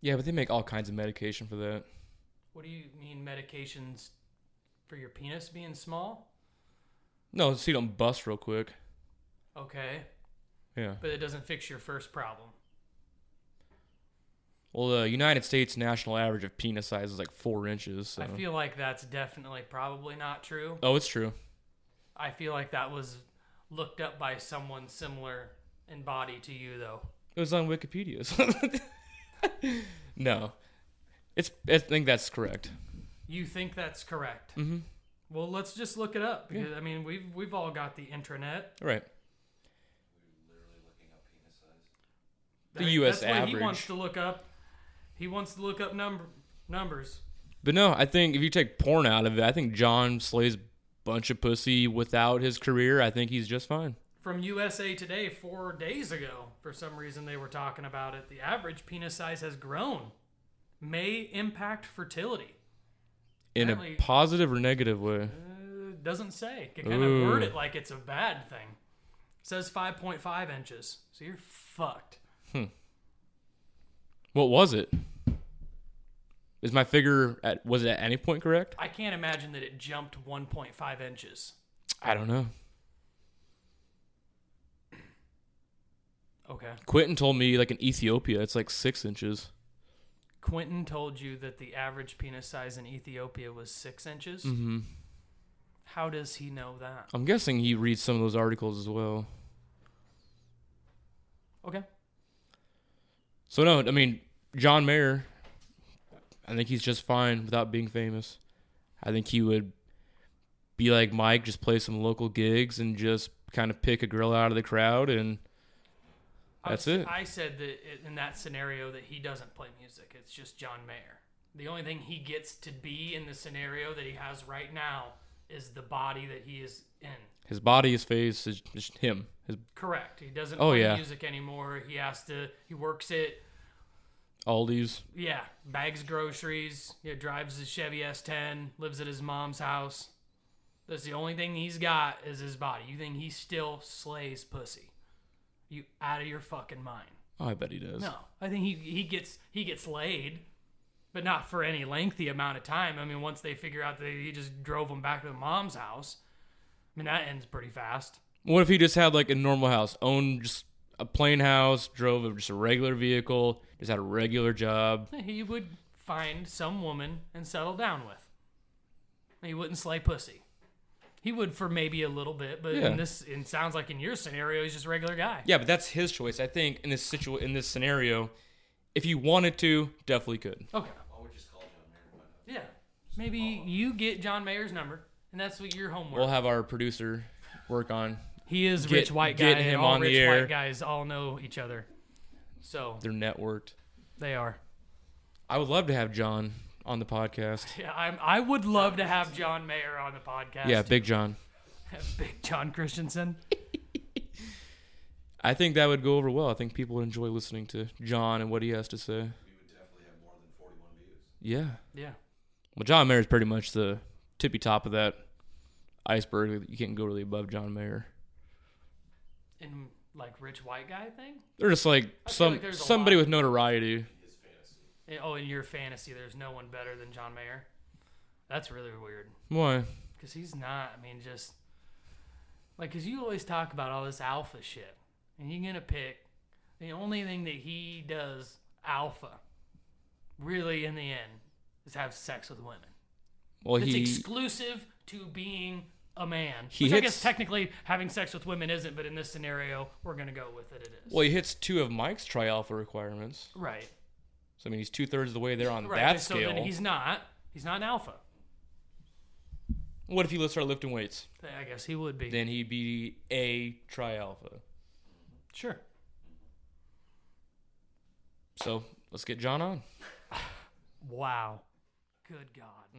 Speaker 1: Yeah, but they make all kinds of medication for that.
Speaker 2: What do you mean medications for your penis being small?
Speaker 1: No, so you don't bust real quick.
Speaker 2: Okay,
Speaker 1: Yeah.
Speaker 2: but it doesn't fix your first problem.
Speaker 1: Well, the United States national average of penis size is like four inches. So.
Speaker 2: I feel like that's definitely probably not true.
Speaker 1: oh, it's true.
Speaker 2: I feel like that was looked up by someone similar in body to you, though.
Speaker 1: It was on Wikipedia. so- <laughs> No, it's. I think that's correct.
Speaker 2: You think that's correct? Mm-hmm. Well, let's just look it up because I mean we've we've all got the intranet.
Speaker 1: All right. The
Speaker 2: I-
Speaker 1: US
Speaker 2: that's What he
Speaker 1: average.
Speaker 2: wants to look up. He wants to look up number numbers.
Speaker 1: But no, I think if you take porn out of it, I think John slays bunch of pussy without his career. I think he's just fine.
Speaker 2: From USA Today four days ago, for some reason they were talking about it. The average penis size has grown. May impact fertility.
Speaker 1: In
Speaker 2: Apparently-
Speaker 1: a positive or negative way.
Speaker 2: Uh, doesn't say. It kind of
Speaker 1: Ooh.
Speaker 2: word it like it's a bad thing. says 5.5 inches. So you're fucked.
Speaker 1: What was it? Is my figure at was it at any point correct?
Speaker 2: I can't imagine that it jumped 1.5 inches.
Speaker 1: I don't know.
Speaker 2: Okay.
Speaker 1: Quentin told me like in Ethiopia, it's like six inches.
Speaker 2: Quentin told you that the average penis size in Ethiopia was six inches. Mm-hmm. How does he know that?
Speaker 1: I'm guessing he reads some of those articles as well.
Speaker 2: Okay.
Speaker 1: So no, I mean John Mayer. I think he's just fine without being famous. I think he would be like Mike, just play some local gigs and just kind of pick a girl out of the crowd. And
Speaker 2: I
Speaker 1: That's
Speaker 2: was-
Speaker 1: it.
Speaker 2: I said that i- in that scenario that he doesn't play music. It's just John Mayer. The only thing he gets to be in the scenario that he has right now is the body that he is in.
Speaker 1: his body, his face, is just him. His
Speaker 2: Correct. He doesn't
Speaker 1: Oh,
Speaker 2: play
Speaker 1: yeah.
Speaker 2: music anymore. He has to. He works it.
Speaker 1: Aldi's.
Speaker 2: Yeah, bags groceries. Yeah, drives his Chevy S10. Lives at his mom's house. That's the only thing he's got is his body. You think he still slays pussy? You out of your fucking mind?
Speaker 1: Oh, I bet he does.
Speaker 2: No, I think he he gets he gets laid, but not for any lengthy amount of time. I mean, once they figure out that he just drove him back to the mom's house, I mean that ends pretty fast.
Speaker 1: What if he just had like a normal house, owned just a plain house, drove a, just a regular vehicle, just had a regular job?
Speaker 2: that he would find some woman and settle down with. He wouldn't slay pussy. He would for maybe a little bit, but
Speaker 1: Yeah.
Speaker 2: in this, it sounds like in your scenario, he's just a regular guy.
Speaker 1: Yeah, but that's his choice. I think in this situ in this scenario, if he wanted to, definitely could.
Speaker 2: Okay.
Speaker 3: I would just call John Mayer and find out.
Speaker 2: Yeah. Maybe you get John Mayer's number, and that's what your homework.
Speaker 1: We'll have our producer work on
Speaker 2: he is
Speaker 1: get-
Speaker 2: rich white guy,
Speaker 1: get
Speaker 2: and
Speaker 1: him
Speaker 2: all
Speaker 1: on the
Speaker 2: rich
Speaker 1: air.
Speaker 2: white guys all know each other, so
Speaker 1: their networked.
Speaker 2: they are.
Speaker 1: I would love to have John on the podcast.
Speaker 2: Yeah, I'm, I would love to have John Mayer on the podcast.
Speaker 1: Yeah, Big John.
Speaker 2: <laughs> big John Christensen.
Speaker 1: I think that would go over well. I think people would enjoy listening to John and what he has to say.
Speaker 3: We would definitely have more than 41 views.
Speaker 1: Yeah.
Speaker 2: Yeah.
Speaker 1: Well, John Mayer is pretty much the tippy top of that iceberg. that You can't go really above John Mayer.
Speaker 2: And like rich white guy thing.
Speaker 1: They're just like
Speaker 2: feel
Speaker 1: some
Speaker 2: like there's a
Speaker 1: somebody
Speaker 2: lot.
Speaker 1: with notoriety.
Speaker 2: Eh, Oh, in your fantasy, there's no one better than John Mayer. That's really weird
Speaker 1: Why?
Speaker 2: because he's not. I mean, just like because you always talk about all this alpha shit, and you're gonna pick the only thing that he does alpha, really in the end, is have sex with women.
Speaker 1: Well,
Speaker 2: It's
Speaker 1: he
Speaker 2: exclusive to being a man.
Speaker 1: He
Speaker 2: which I
Speaker 1: hits-
Speaker 2: guess technically having sex with women isn't, but in this scenario, we're gonna go with it. It is
Speaker 1: well he hits two of Mike's tri alpha requirements.
Speaker 2: right.
Speaker 1: So I mean, he's two thirds of the way there on
Speaker 2: Right.
Speaker 1: that
Speaker 2: so
Speaker 1: scale.
Speaker 2: then he's not. He's not an alpha.
Speaker 1: What if he let's start lifting weights?
Speaker 2: I guess he would be.
Speaker 1: Then he'd be a tri alpha.
Speaker 2: Sure.
Speaker 1: So let's get John on.
Speaker 2: Wow. Good God.